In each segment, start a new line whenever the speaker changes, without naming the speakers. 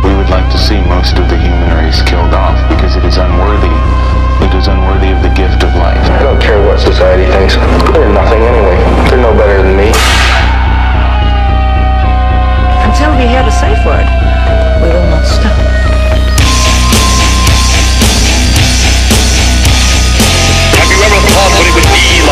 We would like to see most of the human race killed off because it is unworthy. It is unworthy of the gift of life.
I don't care what society thinks. They're nothing anyway. They're no better than me.
Until we hear the safe word, we will not stop.
Have you ever thought what it would be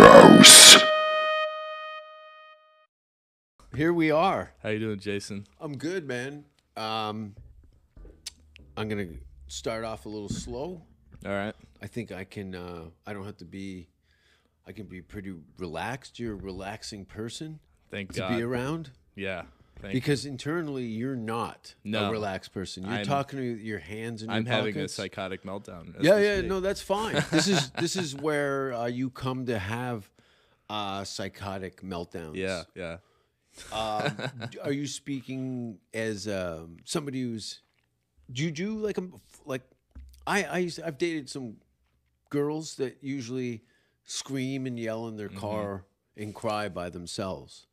Rouse.
Here we are.
How you doing, Jason?
I'm good, man. Um, I'm gonna start off a little slow.
All right.
I think I can. Uh, I don't have to be. I can be pretty relaxed. You're a relaxing person
Thank
to
God.
be around
Yeah. Thank
because internally you're not a
No.
relaxed person. You're
I'm-
talking with your hands and
I'm
your
having a
pockets.
psychotic meltdown. as
Yeah,
we
yeah,
speak.
no, that's fine. This is this is where uh, you come to have uh, psychotic meltdowns.
Yeah, yeah.
Um, d- are you speaking as um, somebody who's? Do you do like um, f- like? I I used I've dated some girls that usually scream and yell in their car and cry by themselves.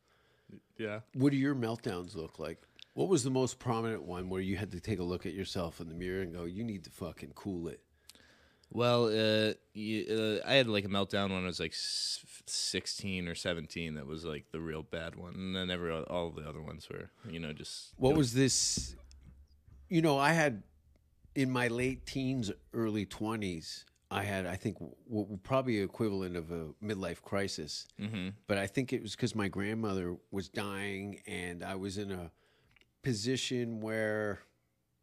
Yeah.
What do your meltdowns look like? What was the most prominent one where you had to take a look at yourself in the mirror and go, "You need to fucking cool it."
Well, uh, you, uh, I had like a meltdown when I was like s- 16 or 17. That was like the real bad one, and then every o- all the other ones were, you know, just
What was this? You know, I had in my late teens, early 20s, I had, I think, w- w- probably equivalent of a midlife crisis.
hmm
But I think it was because my grandmother was dying and I was in a position where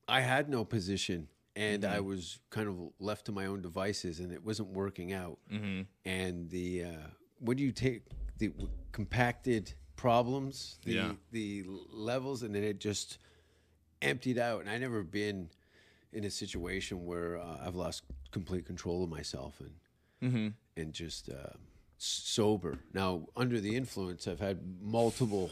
I had no position and I was kind of left to my own devices and it wasn't working out.
hmm
And the, uh, what do you take? The w- compacted problems, the,
Yeah.
the l- levels, and then it just emptied out. And I never been in a situation where uh, I've lost complete control of myself and
hmm
and just uh, s- sober. Now, under the influence, I've had multiple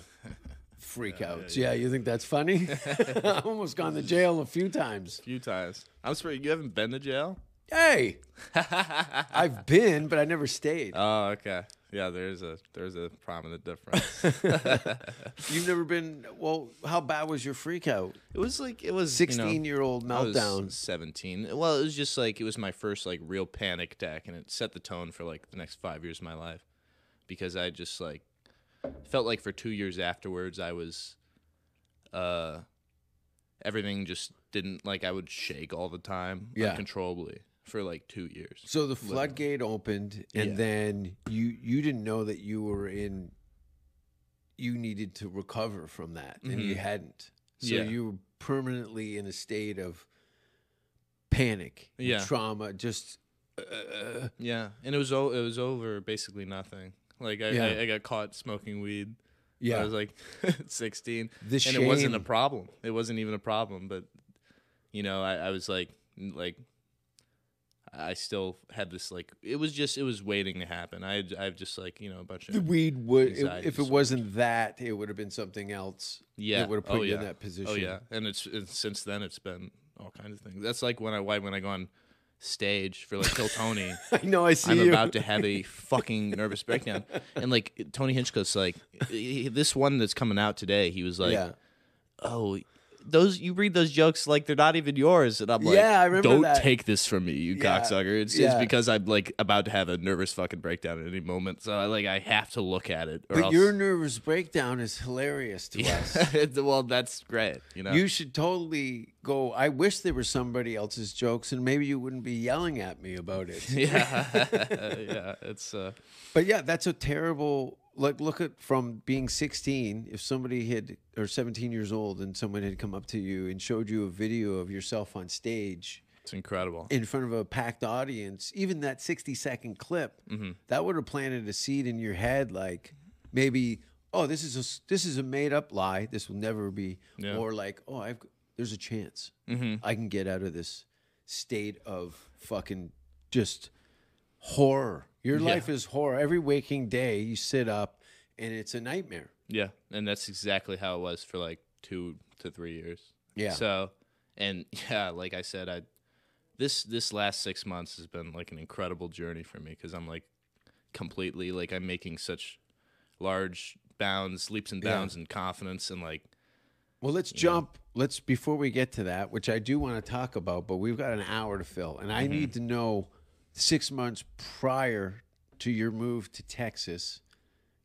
freakouts. Yeah, you think that's funny? I've almost gone to jail a few times.
few times. I'm sorry, you haven't been to jail.
Hey, I've been, but I never stayed.
Oh, okay. Yeah, there's a there's a prominent difference.
You've never been. Well, how bad was your freakout?
it was like it was you know,
Sixteen-year-old
I was
meltdown.
17. Well, it was just like it was my first like real panic attack and it set the tone for like the next 5 years of my life because I just like felt like for 2 years afterwards I was uh everything just didn't like I would shake all the time
Yeah.
uncontrollably for like 2 years.
So the floodgate opened, and
Yeah.
then you you didn't know that you were in. You needed to recover from that, and you
Mhm.
hadn't. So
Yeah.
you were permanently in a state of panic, and
Yeah.
trauma, just. Uh,
Yeah, and it was o- it was over basically nothing. Like I,
Yeah.
I, I got caught smoking weed. when
yeah,
I was like 16.
The
and it wasn't a
shame.
problem. It wasn't even a problem. But you know, I, I was like, like, I still had this like. It was just, it was waiting to happen. I, had- I've just like, you know, a bunch
the
of
weed would. If,
Anxiety
if it
disorder.
wasn't that, it would have been something else.
yeah.
that would have
Oh,
put you
yeah.
in that position.
Oh yeah, and it's, it's since then it's been all kinds of things. That's like when I why when I go on stage for like Kill Tony.
I know. I see
I'm
you.
about to have a fucking nervous breakdown. And like Tony Hinchcliffe's like he- he- this one that's coming out today, he was like,
yeah.
"Oh, those you read those jokes like they're not even yours." And I'm like,
Yeah, I remember
Don't
that."
take this from me, you
Yeah,
cocksucker. It's,
yeah.
it's because I'm like about to have a nervous fucking breakdown at any moment. So I like I have to look at it or
But
else
your nervous breakdown is hilarious to us.
well, that's great, you know.
You should totally go. I wish there were somebody else's jokes, and maybe you wouldn't be yelling at me about it.
yeah. yeah, it's uh
but yeah, that's a terrible. Like, look at from being 16. If somebody had or 17 years old, and someone had come up to you and showed you a video of yourself on stage
it's incredible.
in front of a packed audience, even that 60 second clip, that would have planted a seed in your head. Like, maybe oh this is a s- this is a made up lie. This will never be.
Yeah.
Or like oh I've there's a chance I can get out of this state of fucking just horror. Your life is horror. Every waking day you sit up and it's a nightmare.
Yeah, and that's exactly how it was for like two to three years.
Yeah.
So, and yeah, like I said, I this this last six months has been like an incredible journey for me because I'm like completely like I'm making such large bounds, leaps and
Yeah.
bounds, in confidence, and like
Well, let's jump. Let's before we get to that, which I do want to talk about, but we've got an hour to fill, and I
Mm-hmm.
need to know six months prior to your move to Texas,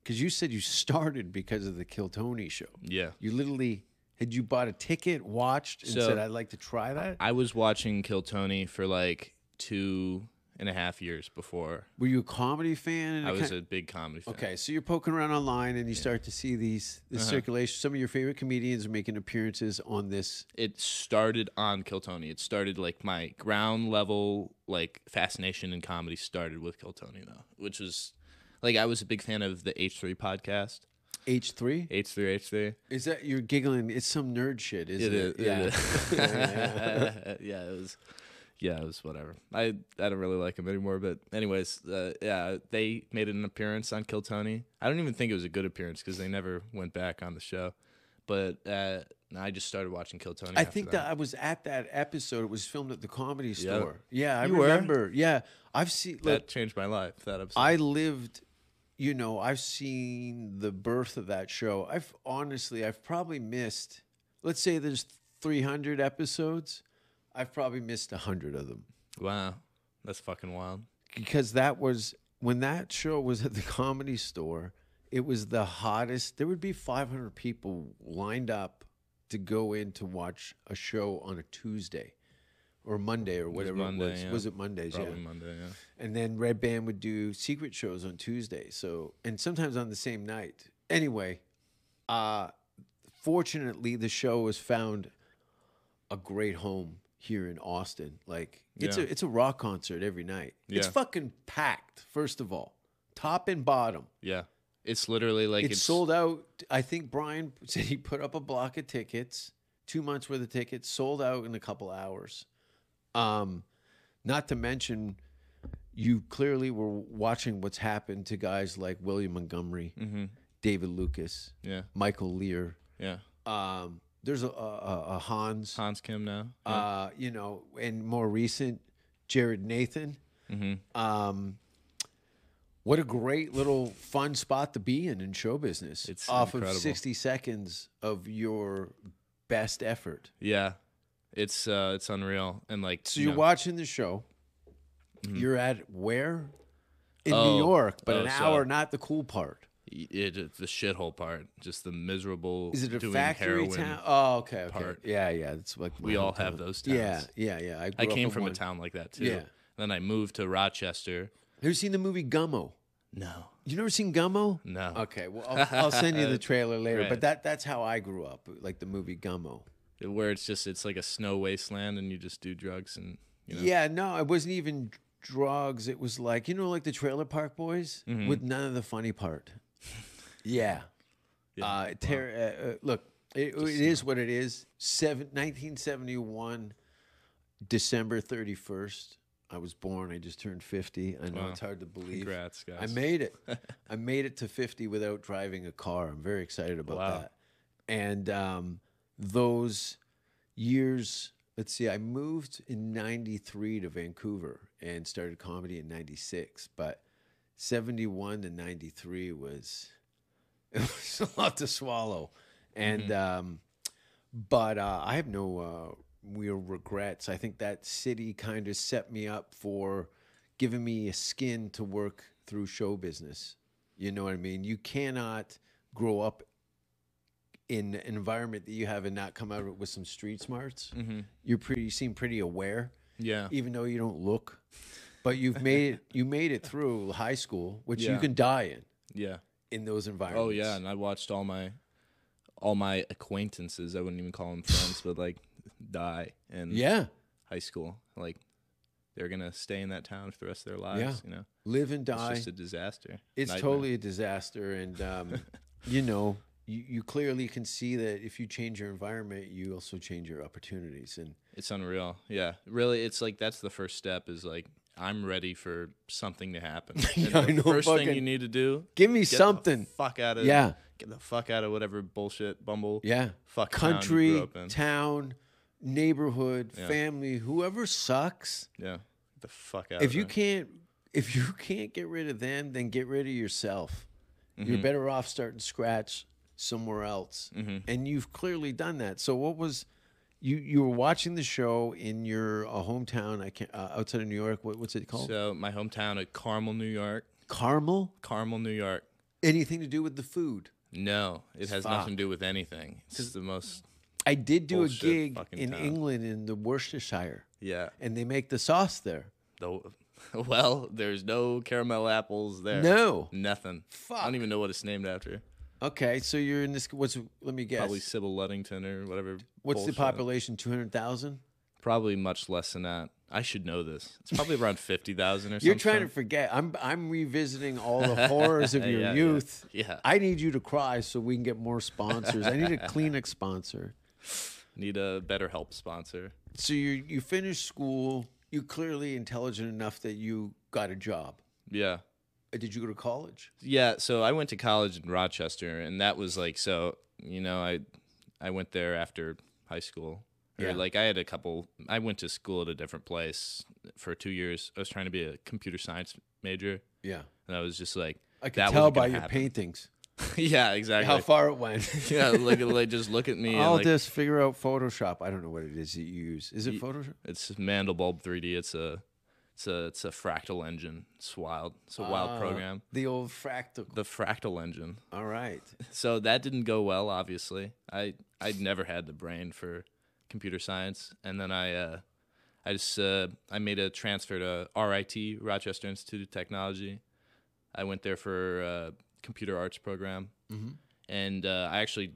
because you said you started because of the Kill Tony show.
yeah.
You literally had you bought a ticket, watched, and
So-
said, "I'd like to try that."
I was watching Kill Tony for like two and a half years before
Were you a comedy fan? And
I
it
was
kin-
a Uh-huh. big comedy fan.
Okay, so you're poking around online and you start to see these the circulation. Some of your favorite comedians are making appearances on this.
it started on Kill Tony. It started like my ground level like fascination in comedy started with Kill Tony though, which was like I was a big fan of the H three podcast.
H three
H three H three.
is that you're giggling? It's some nerd shit, isn't it? Oh,
yeah. yeah, it was. Yeah, it was whatever. I I don't really like him anymore. But anyways, uh, yeah, they made an appearance on Kill Tony. I don't even think it was a good appearance because they never went back on the show. But uh, I just started watching Kill Tony.
I
after
think that I was at that episode. It was filmed at the comedy store. Yeah, I
You were?
remember. Yeah, I've seen.
that
Look,
changed my life. That episode.
I lived. You know, I've seen the birth of that show. I've honestly, I've probably missed. Let's say there's 300 episodes. I've probably missed 100 of them
Wow, that's fucking wild.
because that was when that show was at the comedy store. It was the hottest. There would be 500 people lined up to go in to watch a show on a Tuesday or Monday or whatever it was.
Monday,
Was,
yeah.
it Mondays?
Probably
Yeah.
Monday. Yeah.
And then Red Band would do secret shows on Tuesday. So and sometimes on the same night. Anyway, uh fortunately the show was found a great home here in Austin. Like it's
Yeah.
a it's a rock concert every night. It's
Yeah.
fucking packed, first of all. Top and bottom.
Yeah. It's literally like
It's
it's,
sold out. I think Brian said he put up a block of tickets, two months worth of tickets, sold out in a couple hours. Um, not to mention, you clearly were watching what's happened to guys like William Montgomery, David Lucas,
Mm-hmm. Yeah.
Michael Lear.
Yeah.
Um, there's a, a, a Hans,
Hans Kim now.
uh, you know, and more recent, Jared Nathan.
Mm-hmm.
Um, what a great little fun spot to be in in show business.
It's
off
incredible.
of 60 seconds of your best effort.
yeah. It's uh it's unreal. And like
So you're
know-
watching the show. You're at where? In
Mm-hmm. Oh,
New York, but
oh,
an
so-
hour, not the cool part.
it, it's the shithole part. Just the miserable
Is it a
doing
factory
heroin.
town? Oh, okay, okay.
part.
Yeah, yeah. That's like my
We all
hometown.
have those
Yeah,
towns.
yeah, yeah. I,
I
grew up in
came from
one.
a town like that too.
Yeah.
Then I moved to Rochester.
Have you seen the movie Gummo?
No.
You never seen Gummo?
No.
Okay, well, I'll, I'll send you the trailer later.
Oh. Right.
But that that's how I grew up, like the movie Gummo.
Where it's just it's like a snow wasteland and you just do drugs and you know
Yeah, no, it wasn't even drugs. It was like you know, like the Trailer Park Boys
Mm-hmm.
with none of the funny part. yeah. Uh, ter- uh, uh, look, it, it is what it is. Seven, 1971, December thirty first. I was born. I just turned fifty. I know it's hard to believe.
Congrats,
I
guys.
made it. I made it to 50 without driving a car. I'm very excited about
Wow.
that. And um, those years, let's see, I moved in 93 to Vancouver and started comedy in 96, but 71 to 93 was it was a lot to swallow. And um, but uh, I have no uh, real regrets. I think that city kind of set me up for giving me a skin to work through show business. You know what I mean? You cannot grow up in an environment that you have and not come out of it with some street smarts. You're pretty. You seem pretty aware,
Mm-hmm. Yeah.
even though you don't look. But you've made it. You made it through high school, which you
Yeah.
can die in
Yeah.
in those environments.
Oh yeah, and I watched all my all my acquaintances. I wouldn't even call them friends, but like die and
yeah.
high school. Like they're gonna stay in that town for the rest of their lives.
Yeah.
You know,
Live and
it's
die.
just a disaster.
It's
Nightmare.
totally a disaster, and um, you know, you, you clearly can see that if you change your environment, you also change your opportunities. And
It's unreal. Yeah. Really, it's like that's the first step is like I'm ready for something to happen. And
I
the
know,
first thing you
fucking-
need to do
give me
get
something.
The fuck out of
Yeah.
Get the fuck out of whatever bullshit bumble.
yeah,
Fuck town you
country,
grew
town,
up in.
neighborhood, family, whoever sucks.
Yeah. Get the fuck out.
If
of
you
it.
can't, if you can't get rid of them, then get rid of yourself. You're
Mm-hmm.
better off starting scratch somewhere else,
Mm-hmm.
and you've clearly done that. So what was you you were watching the show in your uh, hometown? I can't uh, outside of New York. What, what's it called?
So my hometown of Carmel, New York.
Carmel.
Carmel, New York.
Anything to do with the food?
No, it has
Fuck.
nothing to do with anything. It's the most.
I did do
Bullshit
a gig
fucking
in
town.
England in the Worcestershire,
Yeah.
and they make the sauce there.
The, well, there's no caramel apples there.
No.
Nothing. I
Fuck.
don't even know what it's named after.
Okay, so you're in this. What's let me guess?
Probably Sybil Luddington or whatever.
what's
bullshit.
the population? Two hundred thousand.
Probably much less than that. I should know this. It's probably around 50,000 or something.
You're trying to forget. I'm I'm revisiting all the horrors of your
Yeah, yeah.
youth.
Yeah.
I need you to cry so we can get more sponsors. I need a Kleenex sponsor.
Need a better help sponsor.
So you you finished school. You're clearly intelligent enough that you got a job.
Yeah.
Uh, Did you go to college?
Yeah, so I went to college in Rochester, and that was like so. You know, I I went there after high school. Or
Yeah.
like I had a couple. I went to school at a different place for two years. I was trying to be a computer science major,
Yeah.
and I was just like,
I could
that
tell
wasn't
by
gonna
your
happen.
paintings
yeah, exactly.
how far it went.
yeah, like, like just look at me.
All
and like,
this figure out Photoshop. I don't know what it is that you use. Is it Photoshop?
It's Mandelbulb 3D. It's a it's a it's a fractal engine. It's wild. It's a
Ah.
wild program.
Uh, The old fractal.
The fractal engine.
All right.
so that didn't go well obviously i i'd never had the brain for computer science and then i uh i just uh i made a transfer to rit rochester institute of technology i went there for uh computer arts program
Mm-hmm.
and uh, i actually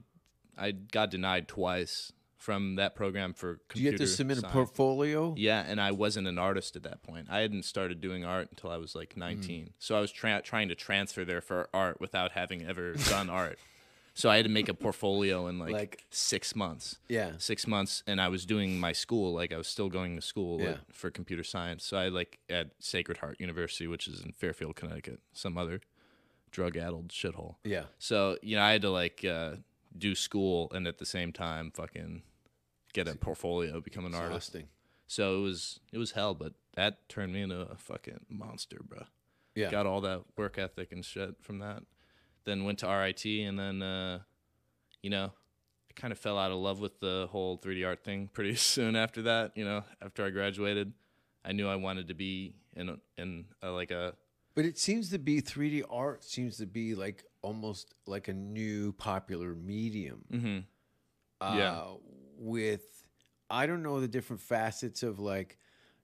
i got denied twice from that program for
Do you
computer
have to submit a
science.
portfolio?
Yeah, and I wasn't an artist at that point. I hadn't started doing art until I was like
Hmm.
19. So I was tra- trying to transfer there for art without having ever done art. So I had to make a portfolio in like,
Like-
six months.
Yeah.
Six months. And I was doing my school, like I was still going to school like,
Yeah.
for computer science. So I like at Sacred Heart University, which is in Fairfield, Connecticut, some other drug addled shithole.
Yeah.
So, you know, I had to like uh, do school and at the same time fucking get a portfolio, become an artist.
Interesting.
So it was it was hell, but that turned me into a fucking monster, bro.
Yeah.
Got all that work ethic and shit from that. Then went to RIT and then uh you know, I kind of fell out of love with the whole 3D art thing pretty soon after that, you know, after I graduated. I knew I wanted to be in a, in a, like a
But it seems to be 3D art seems to be like almost like a new popular medium.
Mhm.
Uh,
Yeah.
With I don't know the different facets of like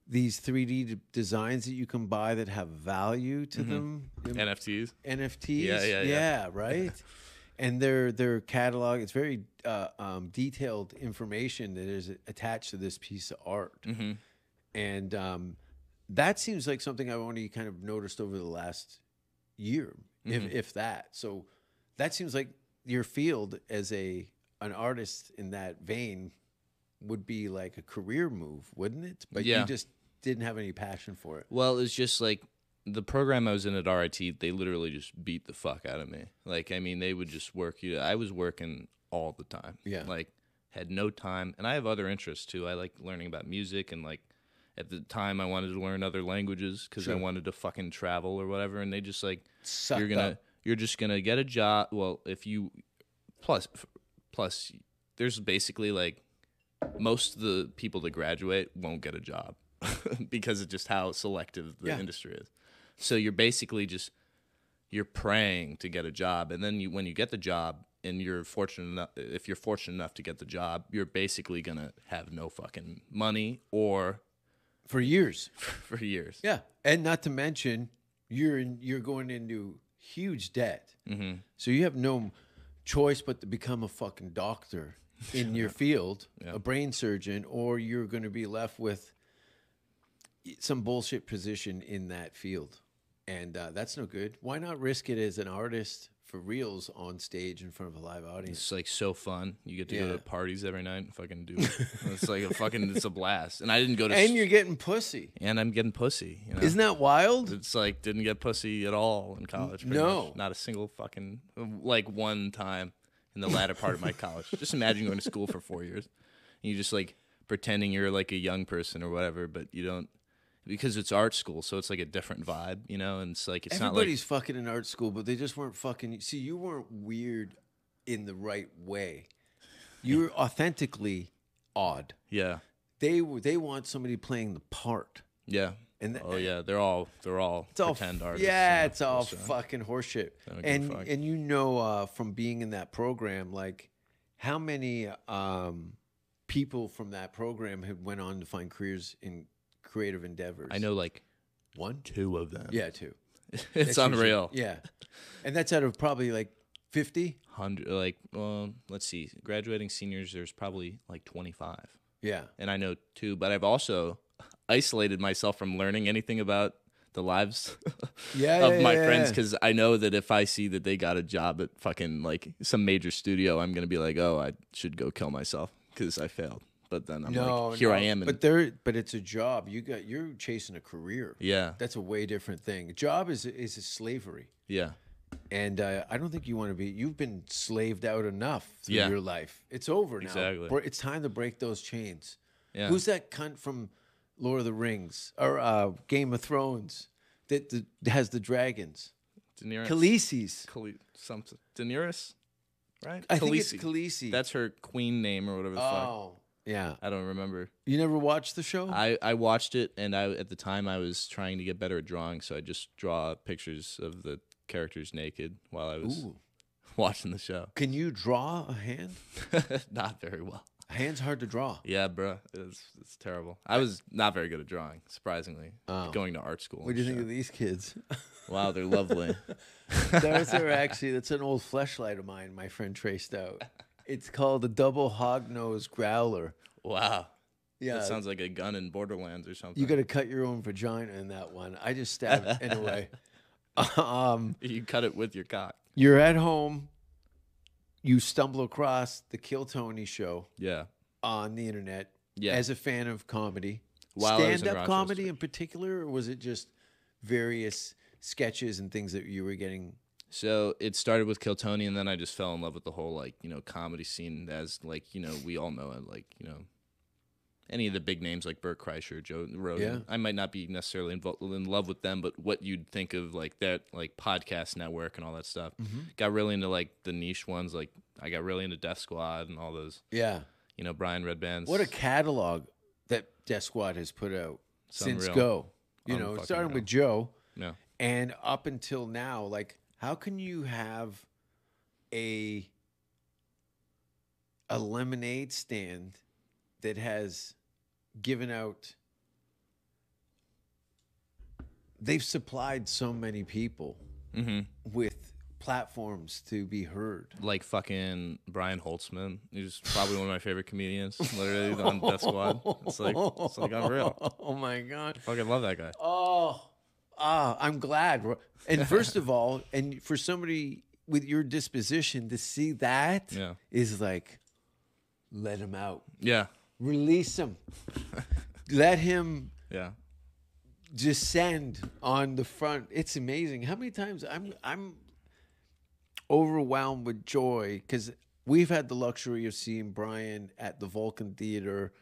these 3D d- designs that you can buy that have value to them. Them
NFTs.
NFTs.
Yeah, yeah, yeah.
right. and their their catalog. It's very uh, um, detailed information that is attached to this piece of art,
Mm-hmm.
and um, that seems like something I've only kind of noticed over the last year, if
Mm-hmm.
if that. So that seems like your field as a an artist in that vein would be like a career move, wouldn't it? But
Yeah.
you just didn't have any passion for it.
Well, it's just like the program I was in at RIT, they literally just beat the fuck out of me. Like, I mean, they would just work you. I was working all the time.
Yeah.
Like, had no time. And I have other interests too. I like learning about music and like, at the time, I wanted to learn other languages because I wanted to fucking travel or whatever. And they just like,
Sucked
you're gonna,
up.
you're just gonna get a job. Well, if you, plus, plus, there's basically like most of the people that graduate won't get a job because of just how selective the
Yeah.
industry is. So you're basically just you're praying to get a job, and then you when you get the job and you're fortunate enough if you're fortunate enough to get the job, you're basically gonna have no fucking money or
for years.
for years.
Yeah, and not to mention you're in, you're going into huge debt, mm-hmm. so you have no choice but to become a fucking doctor in your field, a brain surgeon, or you're going to be left with some bullshit position in that field, and uh, that's no good. Why not risk it as an artist for reals on stage in front of a live audience?
It's like so fun. You get to go
Yeah.
to parties every night and fucking do it. it's like a fucking it's a blast. And I didn't go to
And
s-
you're getting pussy.
and I'm getting pussy. You know?
Isn't that wild?
It's like didn't get pussy at all in college. pretty
no.
much. not a single fucking like one time in the latter part of my college. Just imagine going to school for four years, and you just like pretending you're like a young person or whatever, but you don't because it's art school, so it's like a different vibe, you know. And it's like it's
Everybody's fucking in art school, but they just weren't fucking. See, you weren't weird in the right way. You were authentically odd.
not like yeah,
They were. They want somebody playing the part,
yeah.
and
Oh yeah, they're all they're all
It's all
pretend
f-
artists.
Yeah,
you know,
it's all
so.
fucking horseshit.
don't give a
And
fuck.
and you know uh, from being in that program, like how many um, people from that program had went on to find careers in creative endeavors.
I know like
one, two.
two of them.
yeah, two.
it's
That's usually-
unreal.
yeah, and that's out of probably like fifty.
Hundred like um, let's see, graduating seniors. There's probably like twenty five.
Yeah,
and I know too, but I've also isolated myself from learning anything about the lives
yeah,
of
yeah,
my
yeah,
friends
yeah.
because I know that if I see that they got a job at fucking like some major studio, I'm gonna be like, oh, I should go kill myself because I failed. But then I'm
No,
like, here I
no,
am, and
but there, but it's a job. You got you're chasing a career.
yeah,
That's a way different thing. A job is is a slavery.
yeah,
and uh, I don't think you want to be. You've been slaved out enough through
Yeah.
your life. It's over now.
Exactly.
Bro- It's time to break those chains.
yeah.
Who's that cunt from Lord of the Rings or uh, Game of Thrones that, that has the dragons?
Daenerys?
Khaleesi's.
Khale- something Daenerys, right?
I think it's
Khaleesi.
Khaleesi.
That's her queen name or whatever the fuck.
oh yeah.
I don't remember.
You never watched the show?
I, I watched it and I at the time I was trying to get better at drawing, so I just draw pictures of the characters naked while I was
Ooh.
watching the show.
Can you draw a hand?
not very well.
A hand's hard to draw.
Yeah, bro, it's it's terrible. I was not very good at drawing, surprisingly.
Oh.
Going to art school.
What
and
do you think
shit.
of these kids?
Wow, they're lovely.
Those are actually that's an old fleshlight of mine. My friend traced out. It's called a double hog nose growler.
wow,
Yeah,
that sounds like a gun in Borderlands or something.
you got to cut your own vagina in that one. I just stabbed it anyway. um,
you cut it with your cock.
you're at home. You stumble across the Kill Tony show
Yeah,
on the internet.
Yeah.
As a fan of comedy,
While I was in
stand-up
Rochester.
comedy in particular, or was it just various sketches and things that you were getting?
So it started with Kill Tony, and then I just fell in love with the whole like you know comedy scene as like you know we all know it like you know any of the big names like Burt Kreischer, Joe Rogan.
Yeah.
I might not be necessarily involved in love with them, but what you'd think of like that like podcast network and all that stuff.
Mm-hmm.
Got really into like the niche ones. Like I got really into Death Squad and all those
Yeah.
you know Brian Redband's.
What a catalog that Death Squad has put out since
unreal.
Go. You know,
Unfucking
starting
real.
with Joe
yeah
and up until now, like how can you have a a lemonade stand that has given out they've supplied so many people
Mm-hmm.
with platforms to be heard.
like fucking Brian Holtzman, who's probably one of my favorite comedians. Literally on Death Squad. It's like it's like unreal.
Oh my god.
Fucking love that guy.
Oh, ah, I'm glad. And first of all, and for somebody with your disposition to see that is
Yeah.
like, let him out,
Yeah.
release him, let him
Yeah.
descend on the front. It's amazing how many times I'm I'm overwhelmed with joy because we've had the luxury of seeing Brian at the Vulcan Theater,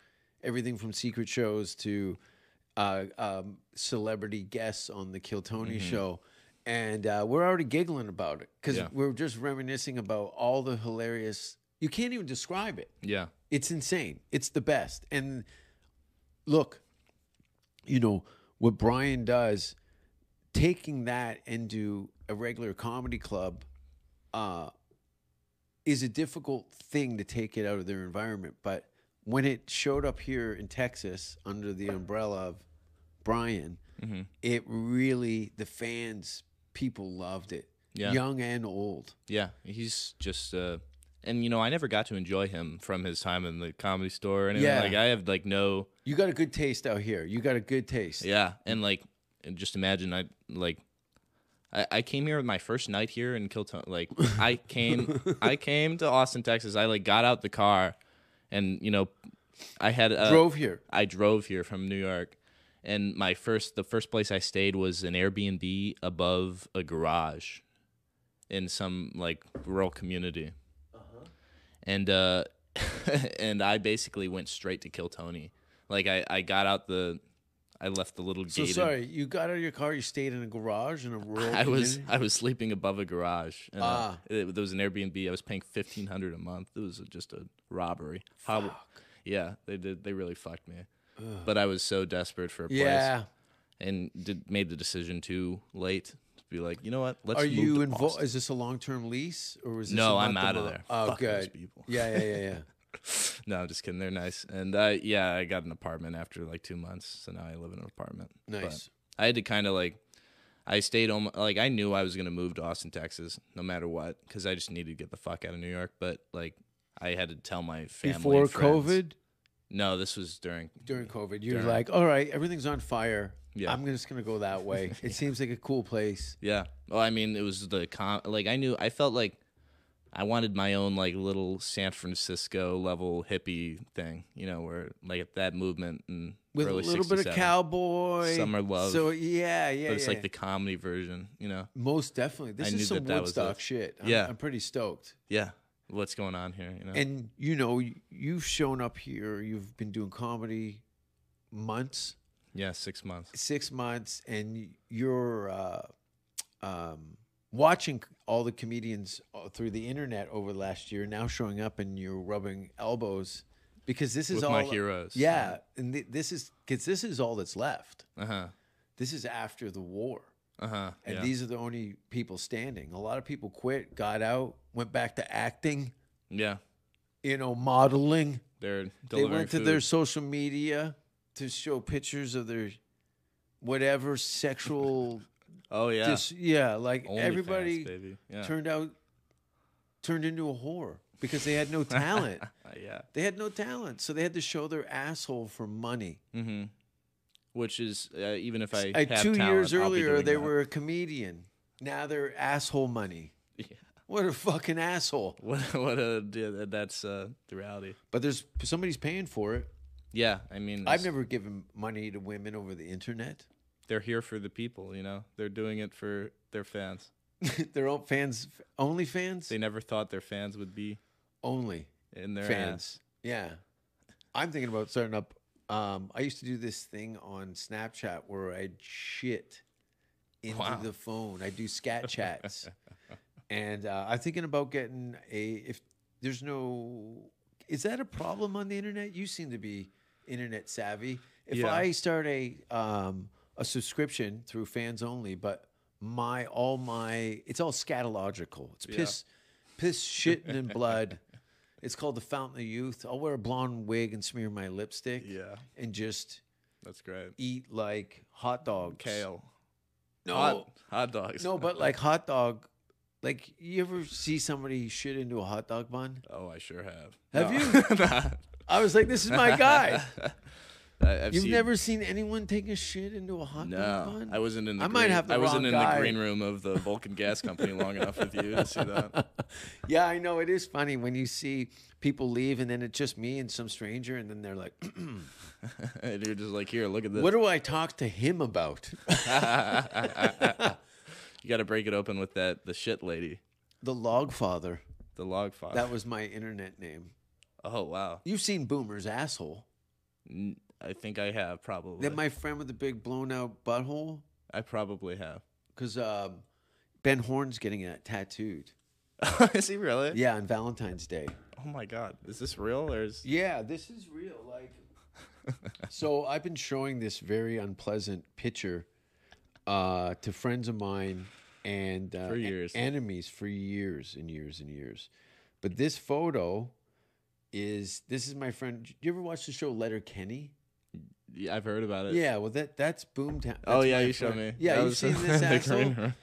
everything from secret shows to uh, um, celebrity guests on the Kill Tony show. And uh, we're already giggling about it because
Yeah.
we're just reminiscing about all the hilarious. You can't even describe it.
Yeah.
It's insane. It's the best. And look, you know, what Brian does, taking that into a regular comedy club uh, is a difficult thing to take it out of their environment. But when it showed up here in Texas under the umbrella of Brian,
Mm-hmm.
it really, the fans, people loved it,
Yeah.
young and old.
Yeah. He's just uh and you know, I never got to enjoy him from his time in the comedy store. And
Yeah.
like I have like no,
You got a good taste out here. You got a good taste.
yeah, and like, and just imagine I like. I I came here my first night here in Kilton. Like I came, I came to Austin, Texas. I like got out the car, and you know, I had uh,
Drove here.
I drove here from New York, and my first the first place I stayed was an Airbnb above a garage, in some like rural community,
Uh-huh.
and uh, and I basically went straight to kill Tony. Like I I got out the, I left the little
So
gated.
sorry, you got out of your car. You stayed in a garage in a rural.
I was
community?
I was sleeping above a garage. And, uh,
Ah.
it- there was an Airbnb. I was paying fifteen hundred a month. It was just a robbery. Hob- yeah, they did. They really fucked me. But I was so desperate for a place.
Yeah.
and did, made the decision too late to be like, you know what? Let's
Are
move
you
to
involved?
Boston."
Is this a long term lease or was this
No,
a
I'm
month-to-month?
outta there.
Oh,
Fuck those
good.
people.
Yeah, yeah, yeah, yeah.
No, I'm just kidding. They're nice, and I yeah, I got an apartment after like two months, so now I live in an apartment. But
Nice.
I had to kind of like, I stayed home. Like I knew I was gonna move to Austin, Texas, no matter what, because I just needed to get the fuck out of New York. But like, I had to tell my family and
Before
friends-
COVID,
No, this was during.
during COVID, you're
During-
like, all right, everything's on fire.
Yeah.
I'm just gonna go that way. It seems like a cool place.
Yeah. Well, I mean, it was the com. Like I knew I felt like I wanted my own like little San Francisco level hippie thing. You know, where like that movement and
With
early
a little bit of
67.
cowboy
Summer love.
So yeah, yeah.
But it's
yeah,
like
yeah.
the comedy version. You know.
most definitely. This
I knew
is some
that that was
Woodstock
it.
shit. I'm-
Yeah.
I'm pretty stoked.
Yeah. What's going on here? You know.
and you know y- you've shown up here you've been doing comedy months
yeah, six months.
six months and you're uh, um, watching all the comedians uh, through the internet over the last year now showing up and you're rubbing elbows because this is
With
all
my heroes.
yeah and th- this is because this is all that's left
Uh huh.
this is after the war
Uh huh.
and these are the only people standing a lot of people quit got out went back to acting
Yeah.
you know modeling
They're
they
delivering
went to
food.
their social media to show pictures of their whatever sexual
oh yeah.
yeah, yeah like
OnlyFans,
everybody
baby. Yeah.
turned out turned into a whore because they had no talent
Uh, yeah.
they had no talent so they had to show their asshole for money
Mm-hmm. Which is uh, even if I
Uh,
have
two
talent,
years
I'll be
earlier
doing
they
that.
were a comedian now they're asshole money
Yeah.
what a fucking asshole
What what a yeah, that's uh, the reality.
but there's somebody's paying for it
Yeah, I mean,
i've
it's-
never given money to women over the internet
They're here for the people, you know. They're doing it for their fans.
their own fans only fans
They never thought their fans would be
only
in their
fans. Yeah. I'm thinking about starting up. Um, I used to do this thing on Snapchat where I'd shit into
Wow.
the phone. I do scat chats. and uh, I'm thinking about getting a, if there's no, is that a problem on the internet? You seem to be internet savvy. If
Yeah.
I start a, um, a subscription through fans only, but my, all my, it's all scatological. It's
Yeah.
piss, piss, shitting, and blood. It's called the Fountain of Youth. I'll wear a blonde wig and smear my lipstick.
Yeah.
And just
That's great.
eat like hot dogs.
Kale,
No.
hot, hot dogs.
No, but like hot dog. Like you ever see somebody shit into a hot dog bun?
oh, I sure have.
Have
you?
I was like, this is my guy.
I, I've
You've
seen-
never seen anyone take a shit into a hot dog
No,
bun?
I wasn't in. The
I
green,
might have the
I wasn't
wrong
in
guy.
the green room of the Vulcan Gas Company long enough with you to see that.
Yeah, I know it is funny when you see people leave and then it's just me and some stranger and then they're like,
And you're just like, here, look at this.
what do I talk to him about?
you got to break it open with that the shit lady,
the Log Father.
the log file.
That was my internet name.
oh wow.
You've seen Boomer's asshole.
N- I think I have probably.
Then my friend with the big blown out butthole,
I probably have.
because um, Ben Horn's getting that tattooed.
Is he really?
Yeah, on Valentine's Day.
Oh my god, is this real or is?
Yeah, this is real. Like, so I've been showing this very unpleasant picture uh, to friends of mine and uh,
For years.
enemies for years and years and years. But this photo is this is my friend. Do you ever watch the show Letter Kenny?
Yeah, I've heard about it.
Yeah, well that that's Boomtown. That's
Oh yeah,
my
you showed me.
friend. Yeah,
That
you
was
seen
in
this
the green
asshole?
room.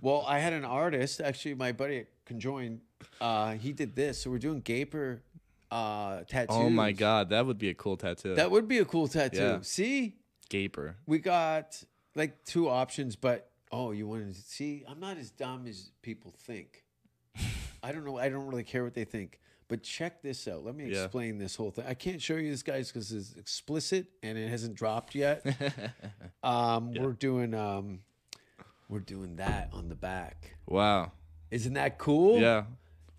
Well, I had an artist, actually, my buddy at Conjoin. Uh, he did this. So we're doing Gaper uh, tattoos.
Oh my god, that would be a cool tattoo.
That would be a cool tattoo.
Yeah.
See,
Gaper.
we got like two options, but oh, you wanted to see? I'm not as dumb as people think. I don't know. I don't really care what they think. But check this out. Let me
Yeah.
explain this whole thing. I can't show you this, guys, because it's explicit and it hasn't dropped yet. um, We're doing um, we're doing that on the back.
Wow.
Isn't that cool?
Yeah.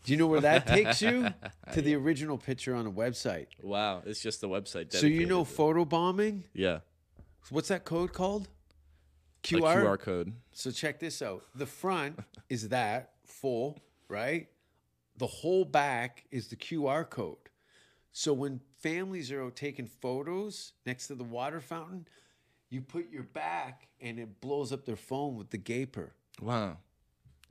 Do you know where that takes you? to the original picture on a website.
Wow. It's just the website.
So you
dedicated
know
to-
photo bombing?
yeah.
What's that code called?
Like
QR.
QR code.
So check this out. The front is that full, right? The whole back is the QR code. So when families are out taking photos next to the water fountain, you put your back and it blows up their phone with the gaper.
Wow.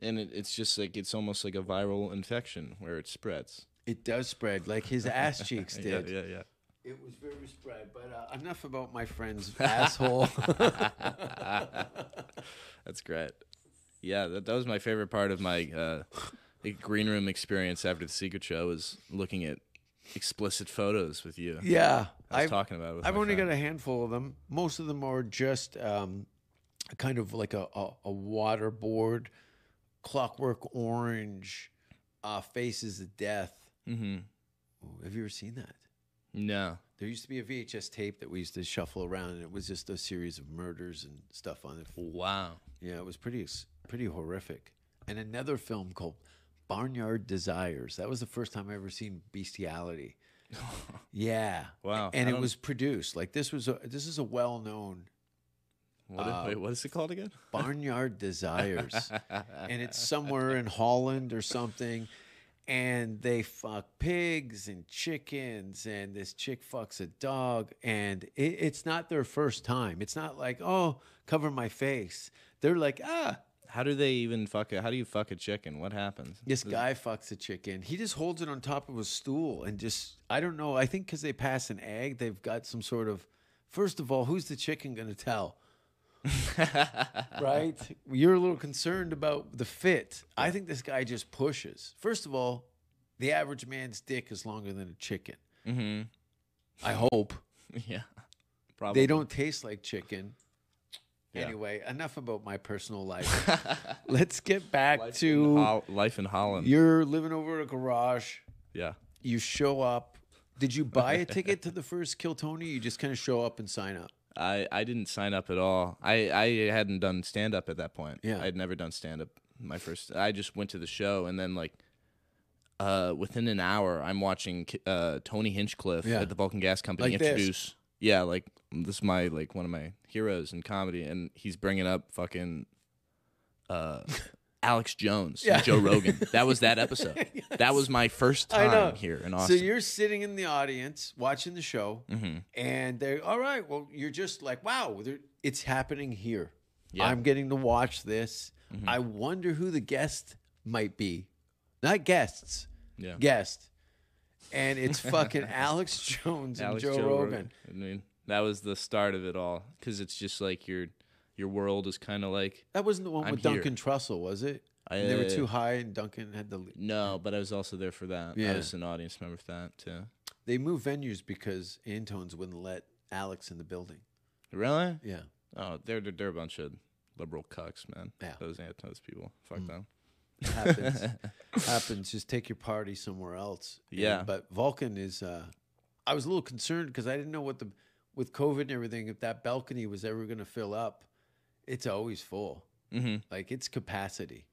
And it, it's just like it's almost like a viral infection where it spreads.
It does spread like his ass cheeks
Yeah,
did.
yeah, yeah.
It was very spread, but uh, enough about my friend's asshole.
That's great. Yeah, that, that was my favorite part of my uh, like, green room experience after the secret show was looking at explicit photos with you.
yeah.
I was
I've-
talking about it. With
I've
my
only
friend.
got a handful of them. Most of them are just um, a kind of like a, a, a waterboard, clockwork orange, uh, faces of death.
Mhm.
Ooh, have you ever seen that?
No.
There used to be a VHS tape that we used to shuffle around, and it was just a series of murders and stuff on it.
Wow.
Yeah, it was pretty s- pretty horrific. And another film called Barnyard Desires. That was the first time I ever seen bestiality. yeah.
Wow,
And
I
it
don't-
was produced like this was a this is a well known
What,
Uh,
is- wait, what is it called again?
Barnyard Desires, and it's somewhere in Holland or something. And they fuck pigs and chickens, and this chick fucks a dog, and it, it's not their first time. It's not like oh, cover my face. They're like ah,
How do they even fuck a? How do you fuck a chicken? What happens?
This guy fucks a chicken. He just holds it on top of a stool and just, I don't know. I think because they pass an egg, they've got some sort of, first of all, who's the chicken going to tell? right? You're a little concerned about the fit. I think this guy just pushes. First of all, the average man's dick is longer than a chicken. I hope.
yeah. Probably.
They don't taste like chicken.
Yeah.
Anyway, enough about my personal life. Let's get back to.
Hol- life in Holland.
You're living over at a garage.
yeah.
You show up. Did you buy a ticket to the first Kill Tony? You just kind of show up and sign up.
I, I didn't sign up at all. I, I hadn't done stand up at that point.
Yeah.
I had never done stand up. My first, I just went to the show and then like, uh, within an hour, I'm watching K- uh Tony Hinchcliffe
Yeah.
at the Vulcan Gas Company
Like this.
introduce. Yeah, like this is my like one of my heroes in comedy, and he's bringing up fucking, uh. Alex Jones, and Joe Rogan. That was that episode. That was my first time here in Austin. Mm-hmm.
So you're sitting in the audience watching the show, and they're all right. Well, you're just like, wow, there- it's happening here.
Yeah. Mm-hmm.
I'm getting to watch this. I wonder who the guest might be. Not guests,
yeah,
guest. And it's fucking Alex Jones and Joe, Rogan.
I mean, that was the start of it all because it's just like your your world is kind of like
That wasn't the one
I'm
with
here.
Duncan Trussell, was it? And they were
Uh,
too high, and Duncan had the.
no, but I was also there for that.
Yeah.
I was an audience member for that too.
They moved venues because Antones wouldn't let Alex in the building.
Really?
Yeah,
Oh, they're they're, they're a bunch of liberal cucks, man.
Yeah. Mm.
Those anti-those people. Fuck them.
happens. happens. Just take your party somewhere else. And-
Yeah.
but Vulcan is. Uh, I was a little concerned because I didn't know what the with COVID and everything if that balcony was ever going to fill up. It's always full.
Mhm.
Like its capacity,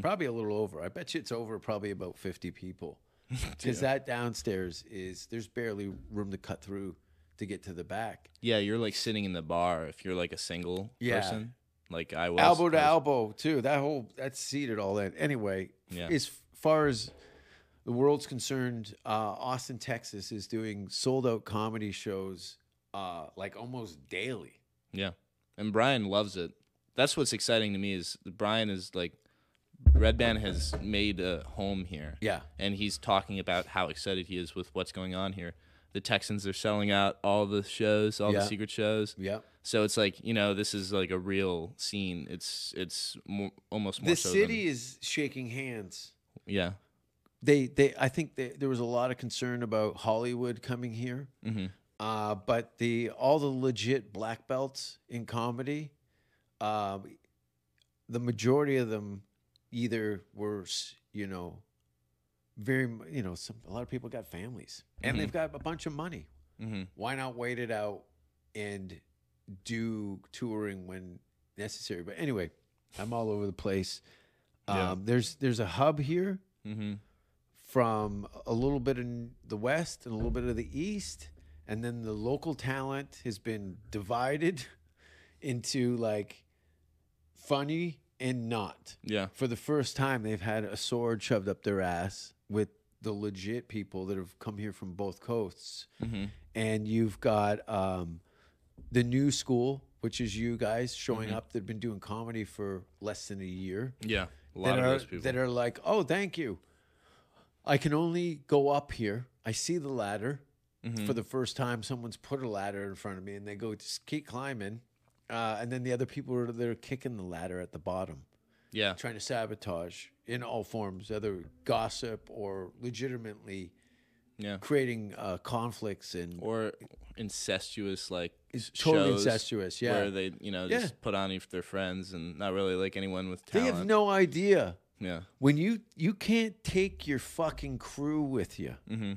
probably a little over. I bet you it's over probably about fifty people. Because that downstairs is there's barely room to cut through to get to the back.
Yeah, you're like sitting in the bar if you're like a single
Yeah.
person, like I was.
elbow to
I was-
elbow too. That whole that's seated all in. Anyway,
Yeah.
as far as the world's concerned, uh, Austin, Texas is doing sold out comedy shows uh, like almost daily.
Yeah. And Brian loves it. That's what's exciting to me is Brian is like Red Band has made a home here.
Yeah.
And he's talking about how excited he is with what's going on here. The Texans are selling out all the shows, all
Yeah.
the secret shows.
Yep.
So it's like, you know, this is like a real scene. It's it's more, almost more
The
so
city is shaking hands.
than, Yeah.
they they I think they, there was a lot of concern about Hollywood coming here, uh, but the all the legit black belts in comedy, uh, the majority of them either were s- you know very m- you know some, a lot of people got families and they've got a bunch of money. Why not wait it out and do touring when necessary? But anyway, I'm all over the place.
Yeah.
Um, there's there's a hub here
Mm-hmm.
from a little bit in the west and a little bit of the east and then the local talent has been divided into like funny and not
Yeah.
for the first time they've had a sword shoved up their ass with the legit people that have come here from both coasts and you've got um, the new school which is you guys showing up that have been doing comedy for less than a year
Yeah. A lot
that
of
are,
those people.
that are like, oh, thank you. I can only go up here. I see the ladder.
Mm-hmm.
For the first time, someone's put a ladder in front of me and they go, just keep climbing. Uh, and then the other people are there kicking the ladder at the bottom,
yeah.
trying to sabotage in all forms, either gossip or legitimately
Yeah.
creating uh, conflicts and
Or incestuous like
It's totally
shows
incestuous, yeah.
Where they, you know, just
Yeah.
put on if they're friends and not really like anyone with
they
talent.
have no idea
yeah.
when you you can't take your fucking crew with you.
Mm-hmm.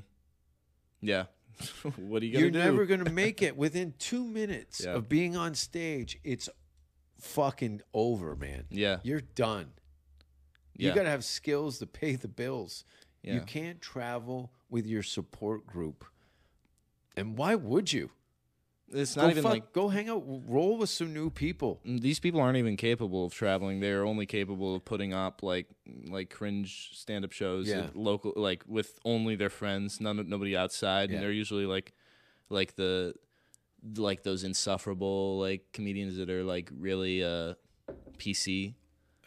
Yeah. what are you
You're
going to do?
never going to make it within two minutes
Yeah.
of being on stage. It's fucking over, man.
Yeah.
You're done.
yeah.
You got to have skills to pay the bills. You
Yeah.
can't travel with your support group. And why would you?
it's
go
not even
fuck-
like
go hang out, roll with some new people.
these people aren't even capable of traveling. They're only capable of putting up like like cringe stand up shows
Yeah.
at local like with only their friends, none nobody outside.
Yeah.
And they're usually like like the like those insufferable like comedians that are like really uh PC.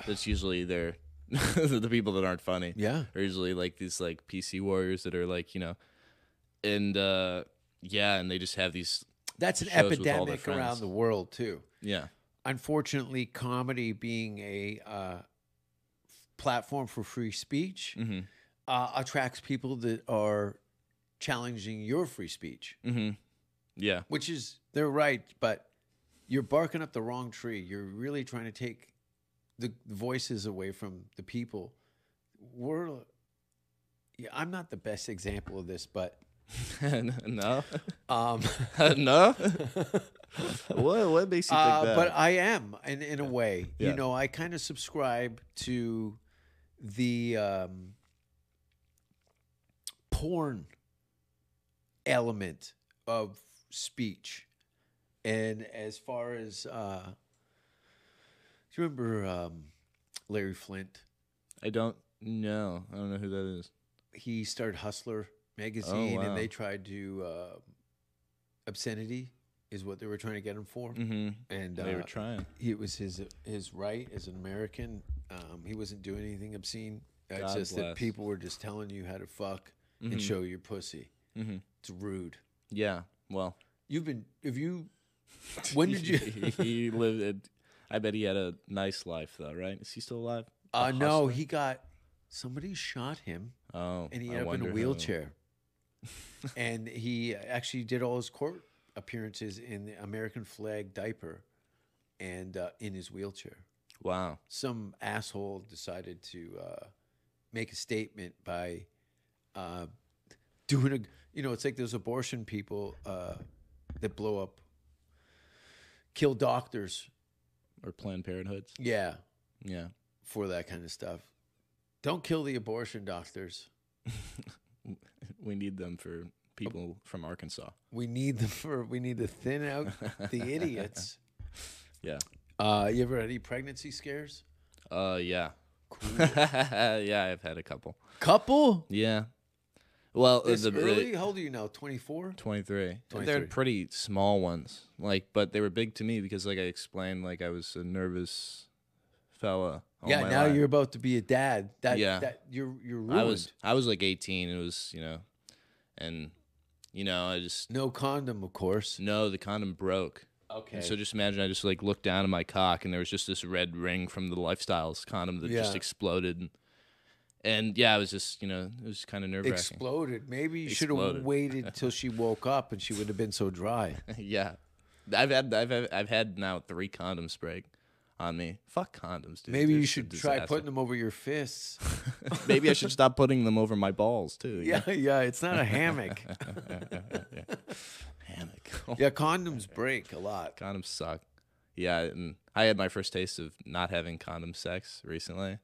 That's usually their the people that aren't funny.
Yeah.
Are usually like these like PC warriors that are like, you know and uh yeah, and they just have these
That's an
Shows with all their
epidemic around
friends.
the world too.
yeah.
Unfortunately, comedy being a uh, platform for free speech,
Mhm.
uh, attracts people that are challenging your free speech,
Mhm. Yeah.
which is they're right, but you're barking up the wrong tree. You're really trying to take the voices away from the people. We're, yeah, I'm not the best example of this, but
no.
um,
no. what? What makes you think
Uh,
that?
but I am in in a way.
Yeah.
You know, I kind of subscribe to the um, porn element of speech, and as far as uh, do you remember um, Larry Flint?
I don't know. I don't know who that is.
He started Hustler magazine,
Oh, wow.
and they tried to uh, obscenity is what they were trying to get him for,
Mm-hmm.
and
They were
uh,
trying.
he- it was his his right as an American. Um, he wasn't doing anything obscene. It's
God
just that
bless. Mm-hmm.
people were just telling you how to fuck and show your pussy. It's rude.
Yeah. Well,
You've been if you when did you?
he lived. It, I bet he had a nice life though, right? Is he still alive?
Uh, no, he got somebody shot him
Oh,
and he
I
ended up in
wonder
a
who.
wheelchair. and he actually did all his court appearances in the American flag diaper and uh, in his wheelchair.
Wow.
some asshole decided to uh, make a statement by uh, doing a you know it's like those abortion people uh, that blow up kill doctors
Or Planned Parenthoods.
yeah
Yeah.
for that kind of stuff don't kill the abortion doctors
We need them for people from Arkansas.
we need them for we need to thin out the idiots
Yeah.
uh, you ever had any pregnancy scares
Uh. Yeah. yeah, I've had a couple.
couple
Yeah. Well, uh,
this
the, the-
early how old are you now 24
23.
23.
They're pretty small ones. Like, but they were big to me because, like I explained, like I was a nervous fella. all
yeah
Oh my
now
life.
you're about to be a dad that
Yeah.
that you're you're ruined
I was. I was like 18. It was, you know, and you know, I just
No condom, of course.
no. The condom broke.
Okay.
And so just imagine I just like looked down at my cock and there was just this red ring from the lifestyles condom that just
Yeah.
exploded. And, and yeah, I was just you know it was kind of nerve wracking.
Exploded. Maybe you should have
Exploded.
waited till she woke up and she would have been so dry.
yeah, I've had I've had, I've had now three condom spray on me. Fuck condoms, dude.
Maybe you
They're just a
should try
disaster. Oh,
putting them over your fists.
Maybe I should stop putting them over my balls too. you
Yeah, yeah. It's not a hammock.
know? hammock.
yeah, condoms break a lot.
Oh, Condoms suck. Yeah, and I had my first taste of not having condom sex recently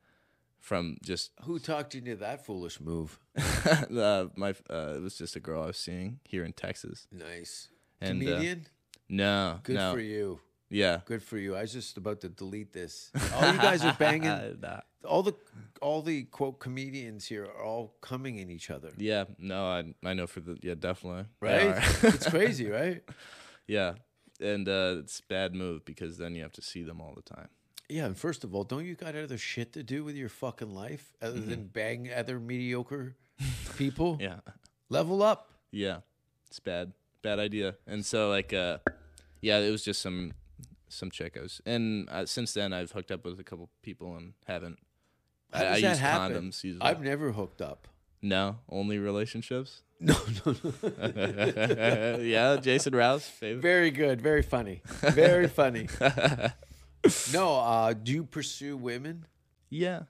from just
Who talked you into that foolish move?
uh, my uh, it was just a girl I was seeing here in Texas.
Nice.
And, uh,
Comedian?
No,
Good
no,
for you.
yeah.
Good for you. I was just about to delete this. All you guys are banging.
Nah.
All the all the quote comedians here are all coming in each other.
Yeah, no, I I know for the yeah definitely They
Right?
are.
it's crazy, right?
yeah, and uh, it's a bad move because then you have to see them all the time.
Yeah, and first of all, don't you got other shit to do with your fucking life other than bang other mediocre people?
Mm-hmm. Yeah,
Level up.
yeah, it's bad, bad idea. And so like uh, yeah, it was just some some chick I was, and uh, since then I've hooked up with a couple people and haven't.
How does
I, I
that
use
happen?
condoms. Usually.
I've never hooked up.
no only relationships.
No, no, no.
yeah, Jason Rouse, favorite.
Very good. Very funny. Very funny. no, uh, do you pursue women?
Yeah.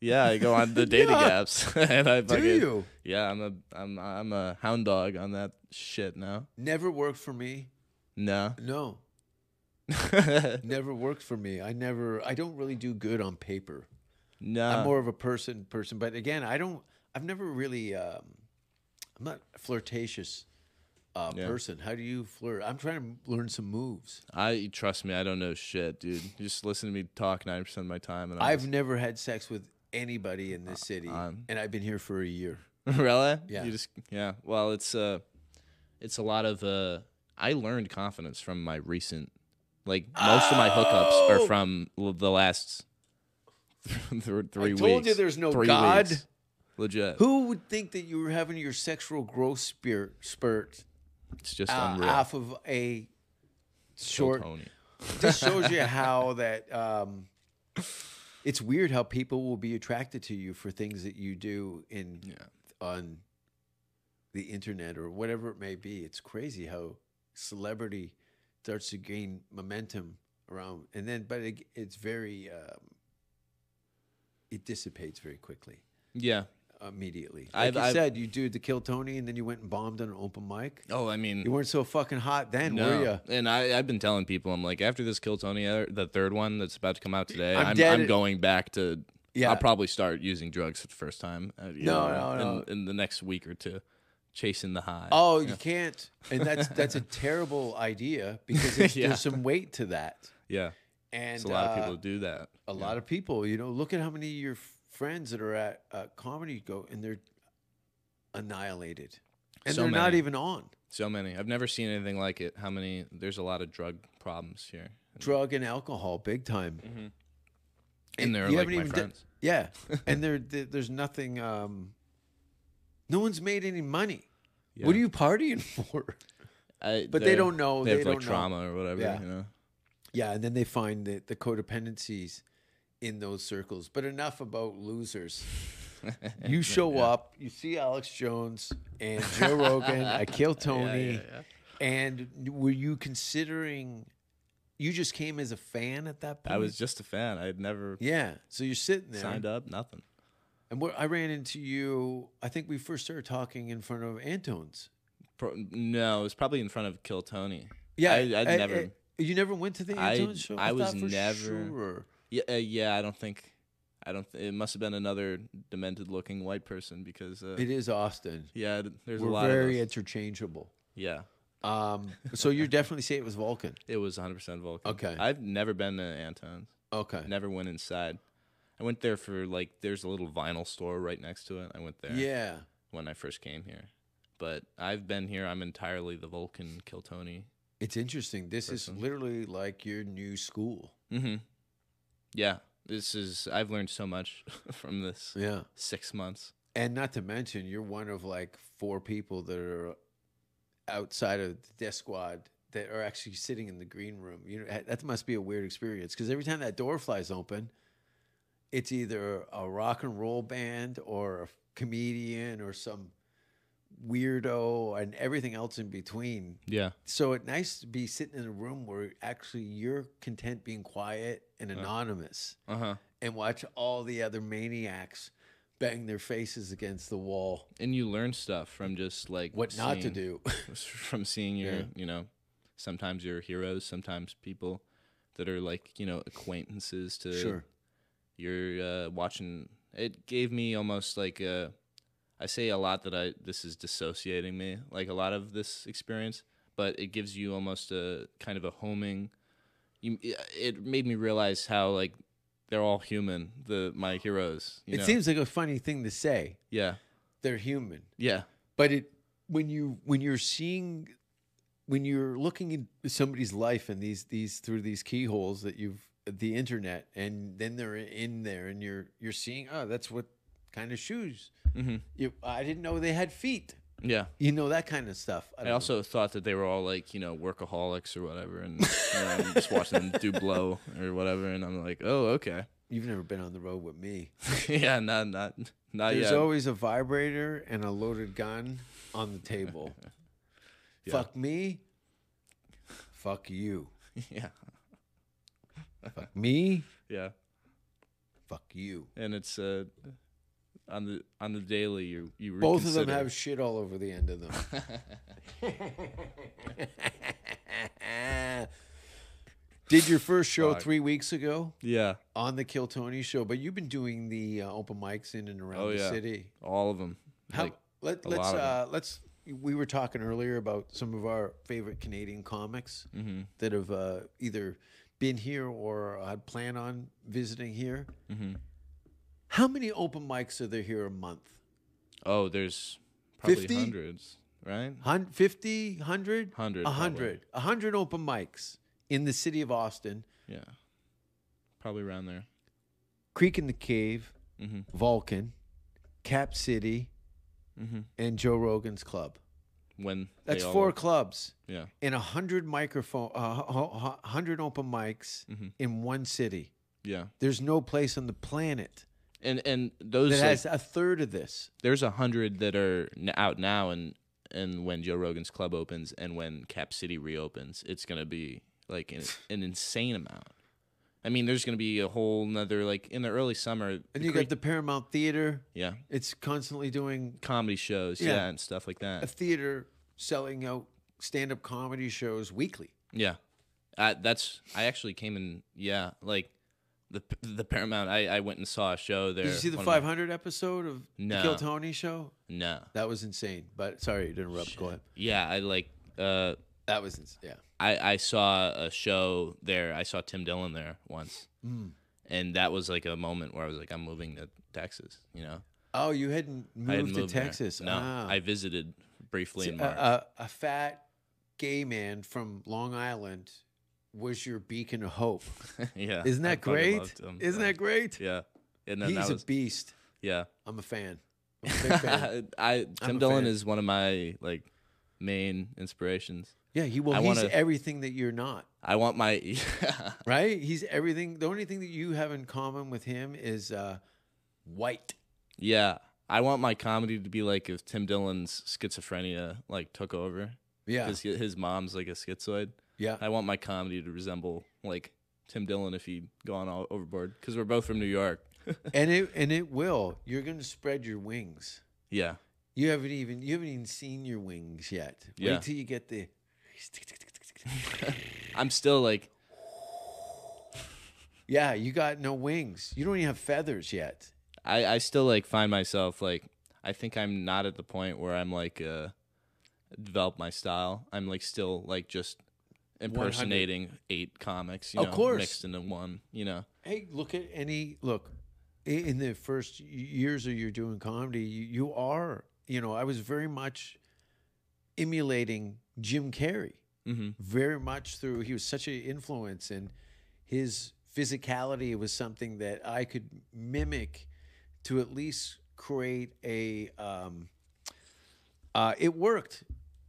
Yeah, I go on the dating
Yeah.
apps and I fucking
you?
Yeah, I'm a I'm I'm a hound dog on that shit now.
Never worked for me.
No.
No,
no.
never worked for me. I never. I don't really do good on paper.
Uh.
I'm more of a person person, but again, I don't. I've never really. Um, I'm not a flirtatious uh,
Yeah.
person. How do you flirt? I'm trying to learn some moves.
I trust me, I don't know shit, dude. You Just listen to me talk 90% of my time and
I've never had sex with anybody in this city,
I'm-
and I've been here for a year.
really?
Yeah.
You just yeah. Well, it's uh it's a lot of uh I learned confidence from my recent like most of my hookups
Oh!
are from l- the last th- th- 3 weeks.
told you there's no
Three
God.
weeks. Legit.
Who would think that you were having your sexual growth spirit spurt
It's just
uh,
unreal.
off of a short?
Tony.
Just shows you how that um, it's weird how people will be attracted to you for things that you do in on the internet or whatever it may be. It's crazy how celebrity starts to gain momentum around, and then but it, it's very um, it dissipates very quickly.
Yeah.
immediately. Like
I've-
you
I've-
said, you did the Kill Tony, and then you went and bombed on an open mic.
Oh, I mean,
You weren't so fucking hot then,
no.
were you?
And I, I've been telling people, I'm like, after this Kill Tony, uh, the third one that's about to come out today,
I'm
I'm, I'm,
dead at-
going back to.
Yeah.
I'll probably start using drugs for the first time. uh, you
No, no,
know,
no.
In, in the next week or two, chasing the high.
Oh, you can't, and that's that's a terrible idea because it's,
Yeah.
there's some weight to that,
yeah.
and
It's a lot of
uh,
people do that.
a lot of people, you know, look at how many of your f- friends that are at uh, comedy go and they're annihilated, and
So
they're not
many.
even on
So many. I've never seen anything like it. How many? There's a lot of drug problems here.
drug and alcohol, big time.
Mm-hmm. And they're like my
done-
friends.
yeah, and there, there- there's nothing. Um, no one's made any money. What are you partying for?
I,
but they
they're-
don't know,
They,
they
have
don't
like
know.
trauma or whatever.
Yeah.
You know?
yeah, and then they find the, the codependencies in those circles. But enough about losers. You show up, you see Alex Jones and Joe Rogan, I kill Tony. And were you considering you just came as a fan at that point?
I was just a fan. I had never
Yeah. So you're sitting there.
signed up. Nothing.
And what I ran into you, I think we first started talking in front of Antone's.
Pro- no, it was probably in front of Kill Tony.
Yeah,
I, I'd
I-
never.
I- you never went to the
I-
Antone's show.
I was
thought for
never-
Sure.
yeah, uh, yeah, I don't think. I don't. Th- it must have been another demented-looking white person because. Uh,
It is Austin.
yeah, th- there's a
We're
lot
very
of. Those.
interchangeable.
Yeah,
Um, so you're definitely saying it was Vulcan.
it was 100 percent Vulcan.
Okay.
I've never been to Anton's.
Okay.
Never went inside. I went there for like. There's a little vinyl store right next to it. I went there.
Yeah.
When I first came here, but I've been here. I'm entirely the Vulcan Kill Tony.
It's interesting. This is literally like your new school.
Mm-hmm. Yeah, this is. I've learned so much from this
Yeah.
six months.
And not to mention, you're one of like four people that are outside of the death squad that are actually sitting in the green room. You know, that must be a weird experience because every time that door flies open, it's either a rock and roll band or a comedian or some weirdo and everything else in between.
Yeah.
So it's nice to be sitting in a room where actually you're content being quiet and anonymous
Uh huh.
and watch all the other maniacs bang their faces against the wall.
And you learn stuff from just like
What not to
seeing-
do.
from seeing your, you know, sometimes your heroes, sometimes people that are like, you know, acquaintances to you're uh, watching. It gave me almost like a, I say a lot that I this is dissociating me, like a lot of this experience, but it gives you almost a kind of a homing. You, it made me realize how like they're all human. The my heroes. You
it
know?
seems like a funny thing to say.
Yeah.
They're human.
Yeah.
but it when you when you're seeing when you're looking at somebody's life and these these through these keyholes that you've the internet and then they're in there and you're you're seeing oh that's what kind of shoes
Mm-hmm.
you, I didn't know they had feet
Yeah.
you know that kind of stuff
I also thought that they were all like, you know, workaholics or whatever, and you know, I'm just watching them do blow or whatever, and I'm like, oh, okay,
you've never been on the road with me
yeah, not not not
there's
yet.
always a vibrator and a loaded gun on the table fuck me fuck you
yeah,
fuck me
yeah,
fuck you
and it's uh, on the on the daily you you
Both of them
reconsider.
have shit all over the end of them. Did your first show three weeks ago
yeah,
on the Kill Tony show, but you've been doing the uh, open mics in and around
Oh,
the
yeah.
city.
all of them.
How,
Like,
let,
a
let's
lot of
uh, let's. We were talking earlier about some of our favorite Canadian comics
mm-hmm.
that have uh, either been here or had plan on visiting here.
Mm-hmm.
How many open mics are there here a month?
oh, there's probably
50?
hundreds, right?
Hun- 50, 100?
100,
100. 100 open mics in the city of Austin.
Yeah, probably around there. Mm-hmm.
Creek in the Cave, Vulcan, Cap City, and Joe Rogan's Club.
Mm-hmm. When they
That's
all-
four clubs
Yeah,
and 100 microphone, uh, hu- hu- 100 open mics
Mm-hmm.
in one city.
yeah,
There's no place on the planet
and and those
that
like,
has a third of this.
there's a hundred that are n- out now and and when joe rogan's club opens and when cap city reopens it's gonna be like an, an insane amount i mean there's gonna be a whole nother like in the early summer
And you got the Paramount Theater.
yeah
It's constantly doing
comedy shows
Yeah.
yeah, and stuff like
a
that
theater selling out stand up comedy shows weekly.
yeah I, that's i actually came in yeah like the the paramount i i went and saw a show there
Did you see the
one of my-
500 episode of the Kill
No.
Tony show?
no
That was insane. But sorry to interrupt. Go ahead.
yeah i like uh
That was ins- yeah.
I, I saw a show there. I saw Tim Dillon there once,
Mm.
and that was like a moment where I was like, I'm moving to Texas. You know,
Oh, you hadn't moved
I had
to
moved there.
Texas.
No,
ah. uh,
I visited briefly in
a,
March.
a, a fat gay man from Long Island was your beacon of hope.
yeah,
uh, Isn't
I
that
fucking
great?
loved him.
Isn't
Yeah.
that great?
Yeah, and then
He's
that was
a beast.
yeah.
I'm a fan. I'm a big fan.
I
I'm a
Tim Dillon
fan.
is one of my like main inspirations.
Yeah, he well,
I
he's
wanna-
everything that you're not.
I want my
Right? He's everything. The only thing that you have in common with him is uh, white.
yeah. I want my comedy to be like if Tim Dillon's schizophrenia like took over
Yeah.
because his mom's like a schizoid.
Yeah.
I want my comedy to resemble like Tim Dillon if he'd gone all overboard because we're both from New York.
and it and it will. You're going to spread your wings.
yeah,
You haven't even you haven't even seen your wings yet.
Yeah.
Wait till you get the.
I'm still like,
Yeah, you got no wings. You don't even have feathers yet.
I, I still like find myself like, I think I'm not at the point where I'm like, uh, develop my style. I'm like still like just impersonating eight comics, you
Of
know,
course.
mixed into one, you know.
Hey, look at any look. i- In the first y- years of you doing comedy, you, you are you know I was very much emulating Jim Carrey,
Mm-hmm.
very much through he was such an influence and his physicality was something that I could mimic to at least create a um, uh, it worked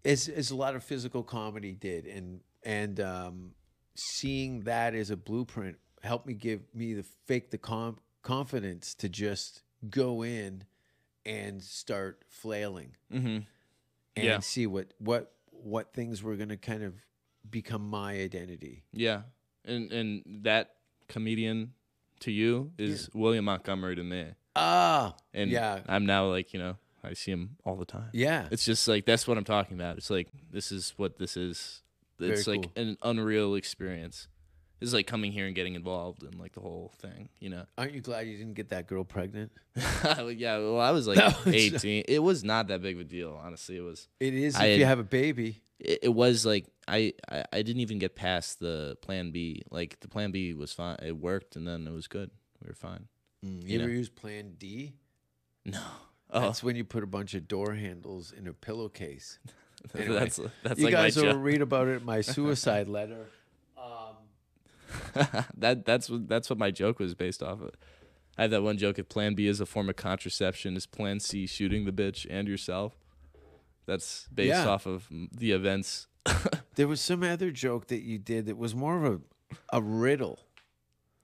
as as a lot of physical comedy did and and um, seeing that as a blueprint helped me give me the fake the com- confidence to just go in and start flailing
Mm-hmm.
and
Yeah.
see what what what things were going to kind of become my identity.
Yeah, and and that comedian to you is William Montgomery to me,
Ah,
and
yeah,
I'm now like you know I see him all the time.
yeah,
it's just like that's what I'm talking about. It's like this is what this is. It's
Very
like an unreal experience. It's like coming here and getting involved in like the whole thing, you know.
Aren't you glad you didn't get that girl pregnant?
yeah, well, I was like
That was-
18. It was not that big of a deal, honestly. It was
It is if
I
you
had-
have a baby.
it, it was like I, I I didn't even get past the plan B. Like the plan B was fine. It worked, and then it was good. We were fine.
You,
you
ever
know.
use Plan D?
No, Mm, oh,
That's when you put a bunch of door handles in a pillowcase. anyway.
that's that's
you
like my
guys will
joke.
read about it in my suicide letter. Um,
that that's what that's what my joke was based off of. I had that one joke. If Plan B is a form of contraception, is Plan C shooting the bitch and yourself? That's based
Yeah.
off of the events.
There was some other joke that you did that was more of a, a riddle.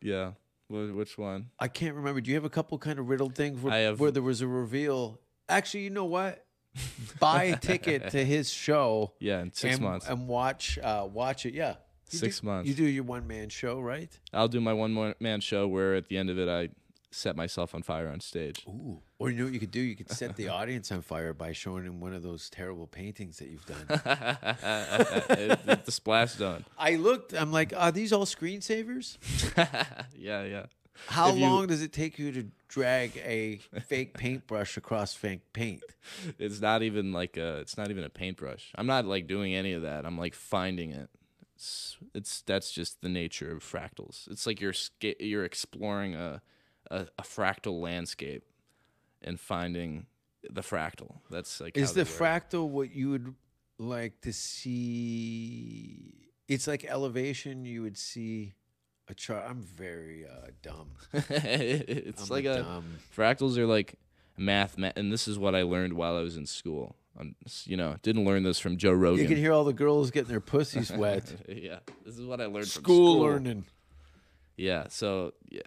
yeah, Wh- which one?
I can't remember. Do you have a couple kind of riddle things where,
I have-
where there was a reveal? Actually, you know what? Buy a ticket to his show.
Yeah, in six
and,
months.
and watch uh, watch it. Yeah, You
Six
do-
months.
You do your one man show, right?
I'll do my one more man show where at the end of it I set myself on fire on stage.
Ooh. Or you know what you could do? You could set the audience on fire by showing them one of those terrible paintings that you've done.
At- at the splash zone.
I looked. I'm like, are these all screensavers?
yeah, yeah.
How
If you-
long does it take you to drag a fake paintbrush across fake paint?
It's not even like a. It's not even a paintbrush. I'm not like doing any of that. I'm like finding it. It's, it's that's just the nature of fractals. It's like you're sca- you're exploring a, a a fractal landscape, and finding the fractal. That's like
Is
how
the
they work.
fractal what you would like to see? It's like elevation. You would see a chart. I'm very uh, dumb.
it's
I'm
like a
dumb.
fractals are like math, ma- and this is what I learned while I was in school. I'm, you know, didn't learn this from Joe Rogan.
You can hear all the girls getting their pussies wet.
yeah, this is what I learned from
School
school.
learning.
Yeah. So yeah,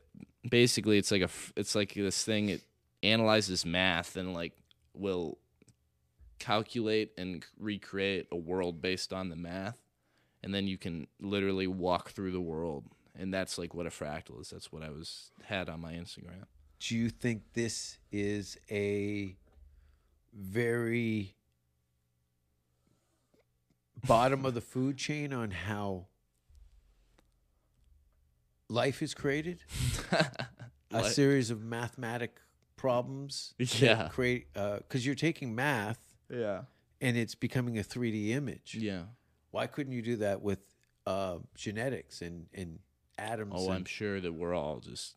basically, it's like a f- it's like this thing. It analyzes math and like will calculate and c- recreate a world based on the math, and then you can literally walk through the world. And that's like what a fractal is. That's what I was had on my Instagram.
do you think this is a very bottom of the food chain on how life is created? a
Like-
series of mathematic problems
yeah.
create because you're taking math
Yeah.
and it's becoming a 3D image.
Yeah.
Why couldn't you do that with uh, genetics and and atoms?
Oh, I'm
and-
sure that we're all just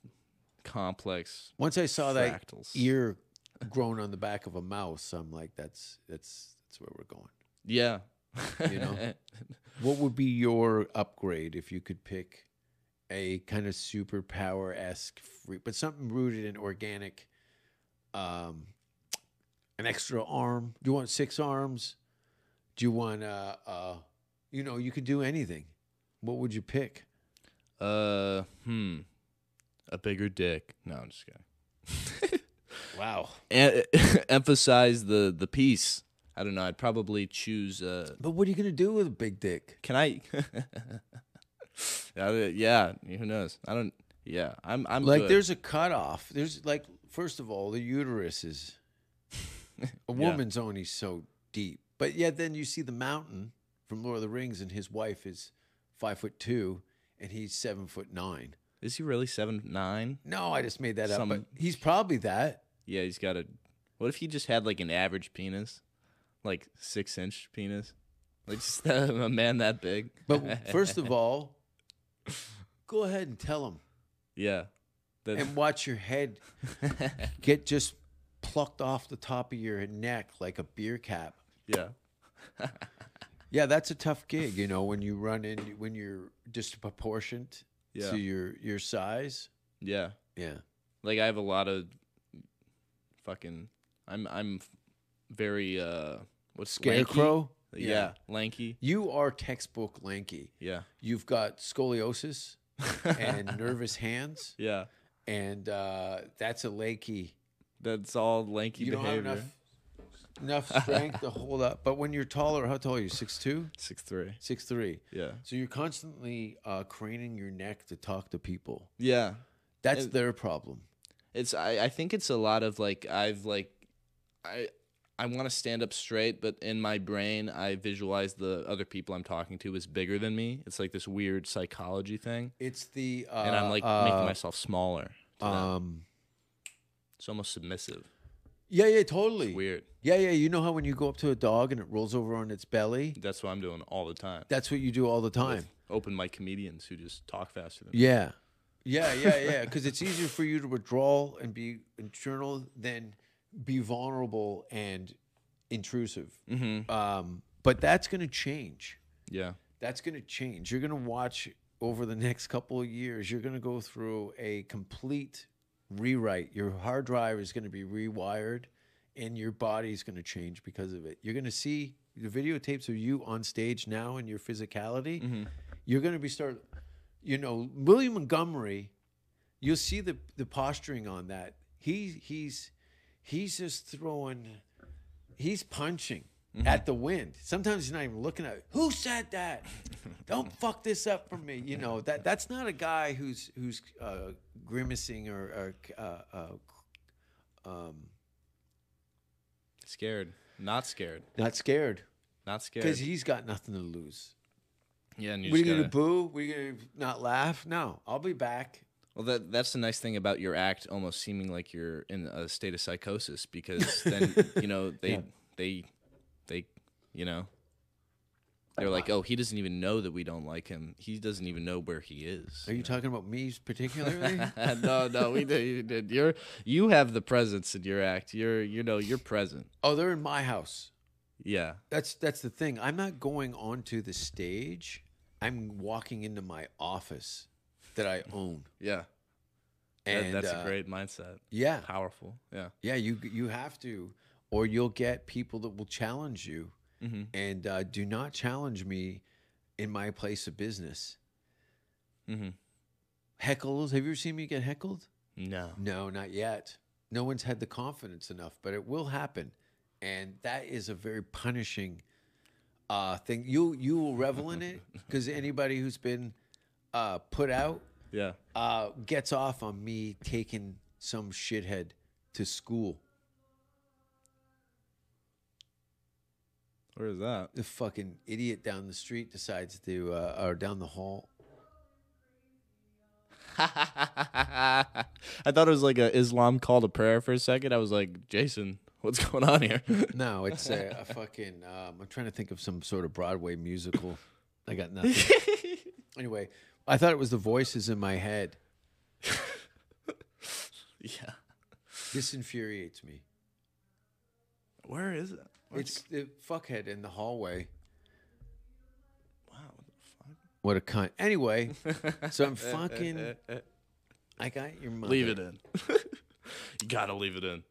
complex.
Once I saw
Fractals.
that ear grown on the back of a mouse, I'm like, that's that's that's where we're going.
Yeah.
You know? What would be your upgrade if you could pick a kind of superpower esque, but something rooted in organic, um, an extra arm? Do you want six arms? Do you want uh, uh, you know, you could do anything. What would you pick?
uh, hmm. A bigger dick. No, I'm just kidding.
Wow.
E- emphasize the the piece. I don't know. I'd probably choose. Uh,
But what are you gonna do with a big dick?
can I? I don't- yeah. Who knows? I don't. Yeah. I'm. I'm
like
good.
there's a cutoff. There's like first of all, the uterus is a woman's only so deep, but yet then you see the mountain from Lord of the Rings, and his wife is five foot two, and he's seven foot nine.
Is he really seven nine?
No, I just made that up, but
Some-
he's probably that.
Yeah. He's got a. What if he just had like an average penis, like six inch penis, like just a man that big?
But first of all, go ahead and tell him,
yeah. That,
and watch your head get just plucked off the top of your neck like a beer cap.
yeah.
Yeah, that's a tough gig, you know, when you run in when you're disproportionate
Yeah.
to your your size.
Yeah.
Yeah.
like I have a lot of fucking I'm I'm very uh what's
Scarecrow?
lanky? Yeah.
Yeah.
lanky.
You are textbook lanky.
Yeah.
You've got scoliosis and nervous hands
Yeah.
and uh, that's a lakey.
That's all lanky
You don't have
behavior.
enough enough strength to hold up. But when you're taller, how tall are you? Six two,
Six three.
six three.
Yeah.
So you're constantly uh, craning your neck to talk to people.
Yeah.
That's
And-
their problem.
It's I, I think it's a lot of like I've like I I want to stand up straight, but in my brain I visualize the other people I'm talking to is bigger than me. It's like this weird psychology thing.
It's the uh,
And I'm like making
uh,
myself smaller.
um
It's almost submissive.
yeah yeah totally
Weird.
yeah yeah you know how when you go up to a dog and it rolls over on its belly
That's what I'm doing all the time.
that's what you do all the time
Open mic comedians who just talk faster than me.
yeah yeah yeah yeah because it's easier for you to withdraw and be internal than be vulnerable and intrusive um, but that's going to change
Yeah.
that's going to change. You're going to watch over the next couple of years, you're going to go through a complete rewrite. Your hard drive is going to be rewired and your body's going to change because of it. You're going to see the videotapes of you on stage now and your physicality. You're going to be start you know, William Montgomery, you'll see the the posturing on that. He he's he's just throwing he's punching
Mm-hmm.
at the wind. Sometimes he's not even looking at it. who said that. Don't fuck this up for me. You know that that's not a guy who's who's uh, grimacing or, or uh, uh,
Scared. Not scared.
not scared
Not scared.
because he's got nothing to lose.
yeah, and you
We're you
just
gonna
gotta,
boo. We're gonna not laugh. No, I'll be back.
Well, that that's the nice thing about your act almost seeming like you're in a state of psychosis because then you know they they they you know they're like, oh, he doesn't even know that we don't like him. He doesn't even know where he is.
Are you talking about me particularly?
no, no, we did. You did. You're you have the presence in your act. You're you know you're present.
oh, they're in my house.
Yeah,
That's that's the thing. I'm not going onto the stage. I'm walking into my office that I own.
yeah. That-
And
that's
uh,
a great mindset.
Yeah.
Powerful. Yeah.
Yeah, you you have to, or you'll get people that will challenge you.
Mm-hmm,
And uh, do not challenge me in my place of business.
Mhm.
Heckles. Have you ever seen me get heckled?
No.
No, not yet. No one's had the confidence enough, but it will happen, and that is a very punishing uh, thing. You you will revel in it because anybody who's been uh, put out
Yeah.
uh, gets off on me taking some shithead to school.
Where is that?
the fucking idiot down the street decides to uh, or down the hall.
I thought it was like a Islam call to prayer for a second. I was like, Jason, what's going on here?
No, it's a, a fucking. Um, I'm trying to think of some sort of Broadway musical. I got nothing. anyway, I thought it was the voices in my head.
yeah.
This infuriates me.
Where is it?
It's the fuckhead in the hallway.
Wow. What the fuck?
What a cunt. Anyway, so I'm fucking. I got your mother.
uh, Leave it in. you gotta leave it in.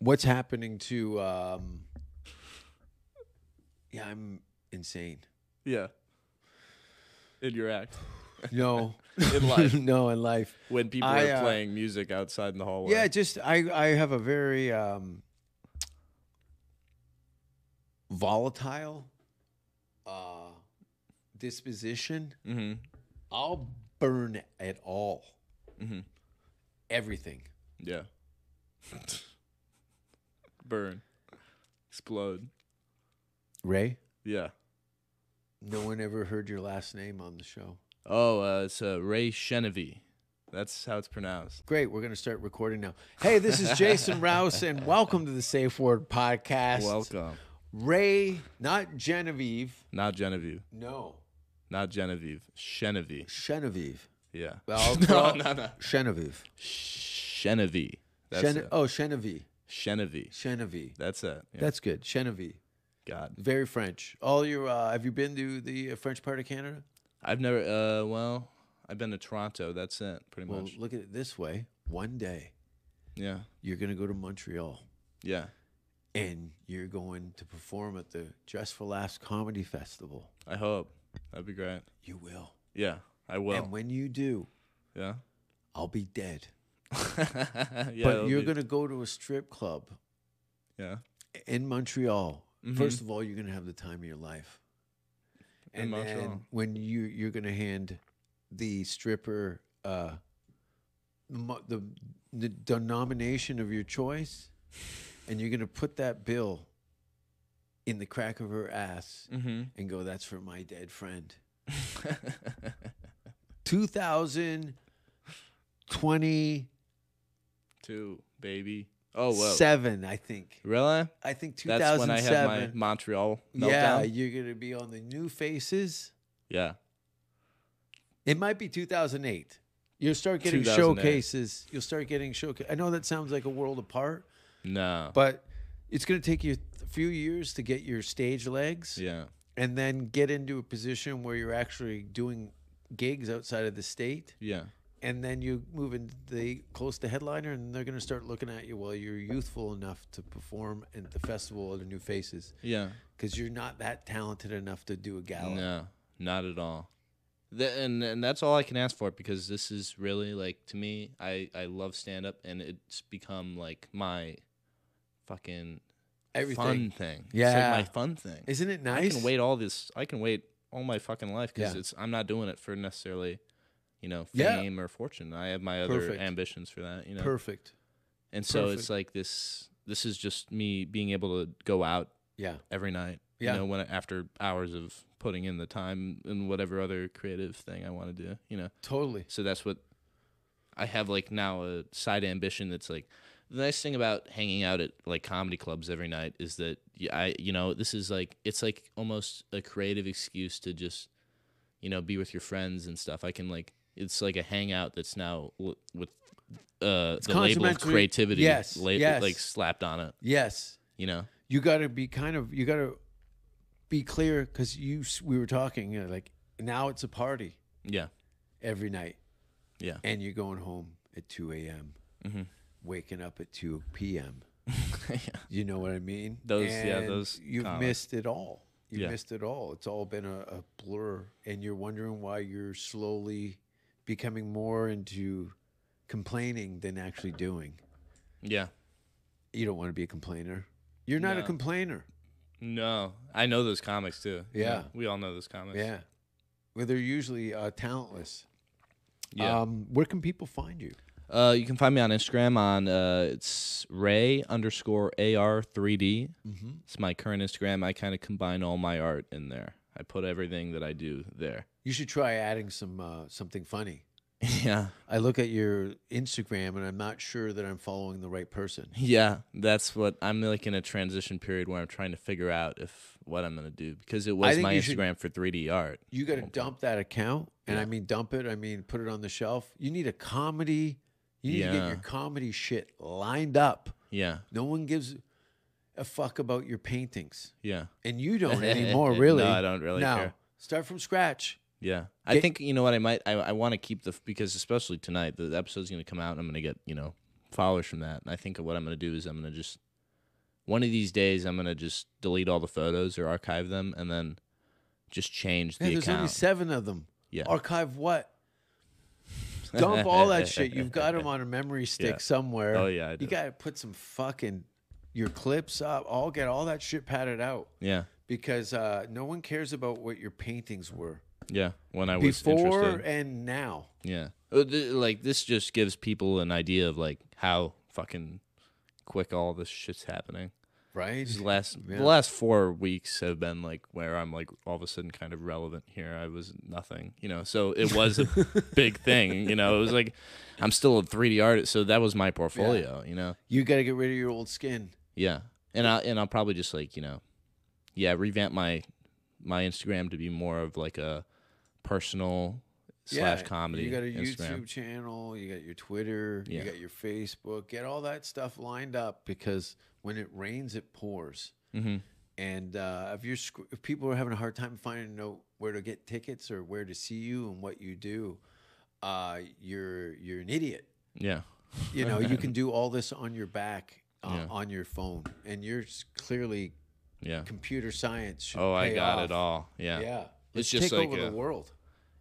What's happening to? Um, yeah, I'm insane.
Yeah. In your act.
No,
In life.
no, in life.
When people
I,
are
uh,
playing music outside in the hallway.
Yeah, just I I have a very um volatile uh disposition.
Mm-hmm.
I'll burn it all.
Mhm.
Everything.
Yeah. Burn. Explode.
Ray,
Yeah.
no one ever heard your last name on the show.
Oh, uh, it's uh, Ray Chenevi. That's how it's pronounced.
Great, we're going to start recording now. Hey, this is Jason Rouse and welcome to the Safe Word podcast.
Welcome.
Ray, not Genevieve.
Not Genevieve.
No.
Not Genevieve. Chenevieve.
Genevieve.
Yeah.
Well,
no, no, no.
Genevieve.
Chenevieve. That's
Chen-
it.
Oh, Chenevieve.
Chenevieve.
Chenevieve.
That's it. Yeah.
That's good. Chenevieve.
God.
Very French. All your, uh, have you been to the uh, French part of Canada?
I've never, uh, well, I've been to Toronto. That's it, pretty
Well,
much.
look at it this way. One day
Yeah.
you're going to go to Montreal
Yeah.
and you're going to perform at the Just for Laughs Comedy Festival.
I hope. That'd be great.
You will.
Yeah. I will.
And when you do,
yeah.
I'll be dead.
yeah,
but
it'll
you're
be-
going to go to a strip club
yeah.
in Montreal. First of all, you're going to have the time of your life.
Mm-hmm. In
And then
Montreal.
when you you're going to hand the stripper uh, mo- the, the denomination of your choice, and you're going to put that bill in the crack of her ass
Mm.
and go, "That's for my dead friend." 2027.
Two baby. Oh whoa.
I think.
Really?
I think 2007.
That's when I have my Montreal meltdown.
Yeah, you're gonna be on the new faces.
yeah.
It might be 2008. You'll start getting
2008.
showcases. You'll start getting showcases. I know that sounds like a world apart,
No.
but it's gonna take you a few years to get your stage legs,
yeah.
and then get into a position where you're actually doing gigs outside of the state,
Yeah.
and then you move into the close to headliner, and they're gonna start looking at you while you're youthful enough to perform at the festival under new faces.
Yeah.
because you're not that talented enough to do a gala.
No, not at all. Th and and that's all I can ask for because this is really like to me. I I love stand up and it's become like my fucking
Everything.
fun thing.
Yeah.
it's like my fun thing.
Isn't it
I
nice?
can wait all this. I can wait all my fucking life
Yeah.
because it's. I'm not doing it for necessarily, you know,
Yeah.
fame or fortune. I have my other
Perfect.
ambitions for that. You know,
Perfect.
and so
perfect.
it's like this. This is just me being able to go out
Yeah.
every night.
Yeah.
You know, when after hours of putting in the time and whatever other creative thing I want to do, you know.
Totally.
So that's what I have like now a side ambition that's like the nice thing about hanging out at like comedy clubs every night is that y- I you know, this is like it's like almost a creative excuse to just you know, be with your friends and stuff. I can like it's like a hangout that's now w- with uh, the label of
complimentary.
creativity
Yes,
la-
yes.
like slapped on it,
Yes.
you know.
You got to be kind of, you got to be clear because you, s- we were talking, you know, like now it's a party
Yeah.
every night
Yeah. Mm-hmm.
and you're going home at 2 a.m., waking up at 2 p.m. You know what I mean?
Those- yeah,
And
those
You've
comics.
missed it all. You
Yeah.
missed it all. It's all been a, a blur, and you're wondering why you're slowly becoming more into complaining than actually doing.
Yeah.
You don't want to be a complainer. You're not a
No.
complainer.
No, I know those comics too.
Yeah.
we all know those comics.
Yeah, well, they're usually uh, talentless.
yeah.
Um, where can people find you?
uh, you can find me on Instagram on uh, it's Ray underscore ar three D. It's my current Instagram. I kind of combine all my art in there. I put everything that I do there.
You should try adding some uh, something funny.
yeah,
I look at your Instagram and I'm not sure that I'm following the right person.
yeah. That's what I'm like in a transition period where I'm trying to figure out if what I'm gonna do because it was
think
my
you should-
Instagram for three D art.
You got to dump that account, and I mean dump it. I mean put it on the shelf. You need a comedy. You need to get your
Yeah.
comedy shit lined up.
Yeah,
No one gives a fuck about your paintings,
yeah.
and you don't anymore. Really?
No, I don't really care.
Start from scratch.
Yeah, I think you know what I might. I, I want to keep the because especially tonight the episode's going to come out and I'm going to get you know followers from that. And I think what I'm going to do is I'm going to just one of these days I'm going to just delete all the photos or archive them and then just change
Yeah,
the
there's only
account.
seven of them.
Yeah.
Archive what? Dump all that shit. You've got them on a memory stick
Yeah.
somewhere.
Oh, yeah, I do.
You got to put some fucking your clips up. All get all that shit padded out.
yeah,
because uh, no one cares about what your paintings were
yeah. When I was
before
interested.
and now.
Yeah, Uh, th- like this just gives people an idea of like how fucking quick all this shit's happening.
Right?
These last the last four weeks have been like where I'm like all of a sudden kind of relevant here. I was nothing, you know. So it was a big thing, you know. It was like I'm still a 3D artist, so that was my portfolio, you know.
You got to get rid of your old skin.
Yeah, and I and I'll probably just like you know, yeah, revamp my my Instagram to be more of like a personal slash comedy
You got a
Instagram.
YouTube channel. You got your Twitter.
Yeah.
You got your Facebook. Get all that stuff lined up because when it rains, it pours.
Mm-hmm.
And uh, if you're sc- if people are having a hard time finding out where to get tickets or where to see you and what you do, uh, you're you're an idiot.
Yeah,
you know you can do all this on your back uh,
Yeah.
on your phone and you're s- clearly
yeah.
computer science should
Oh, I
pay
got
off.
it all.
yeah
It's
Let's
just
take
like
over
a-
the world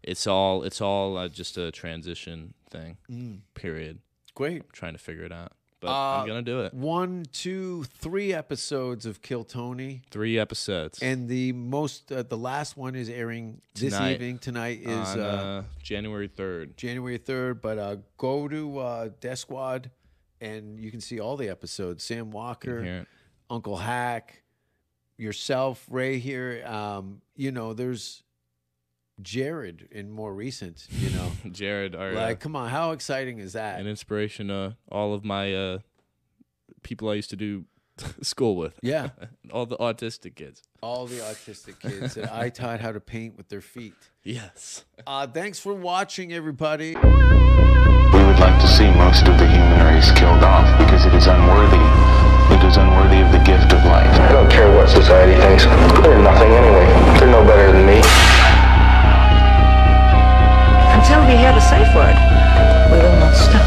Mm.
it's all it's all uh, just a transition thing. Period.
Great. Uh,
trying to figure it out. But I'm gonna do it.
One, two, three episodes of Kill Tony,
Three episodes
and the most uh, the last one is airing this
Tonight.
evening. Tonight is
on
uh,
uh, January third.
January third. But uh, go to uh, Desquad, and you can see all the episodes. Sam Walker.
Hear it.
Uncle Hack, yourself, Ray here. Um, you know, there's Jared in more recent, you know.
Jared, our, uh,
like, come on, how exciting is that?
an inspiration to all of my uh, people I used to do school with.
yeah.
all the autistic kids.
All the autistic kids that I taught how to paint with their feet.
Yes.
Uh, thanks for watching, everybody.
We would like to see most of the human race killed off because it is unworthy. It is unworthy of the gift of life.
I don't care what society thinks. They're nothing anyway. They're no better than me.
Until we hear the safe word, we will not stop.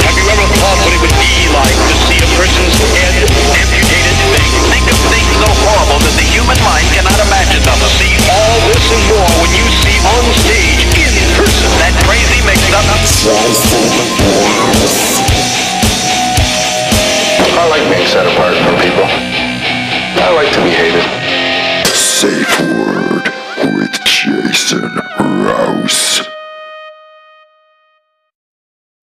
Have you ever thought what it would be like to see a person's head amputated? Think, think of things so horrible that the human mind cannot imagine them. See all this and more when you see on stage, in person, that crazy mix-up.
I like being set apart from people. I like to be hated.
Safe word with Jason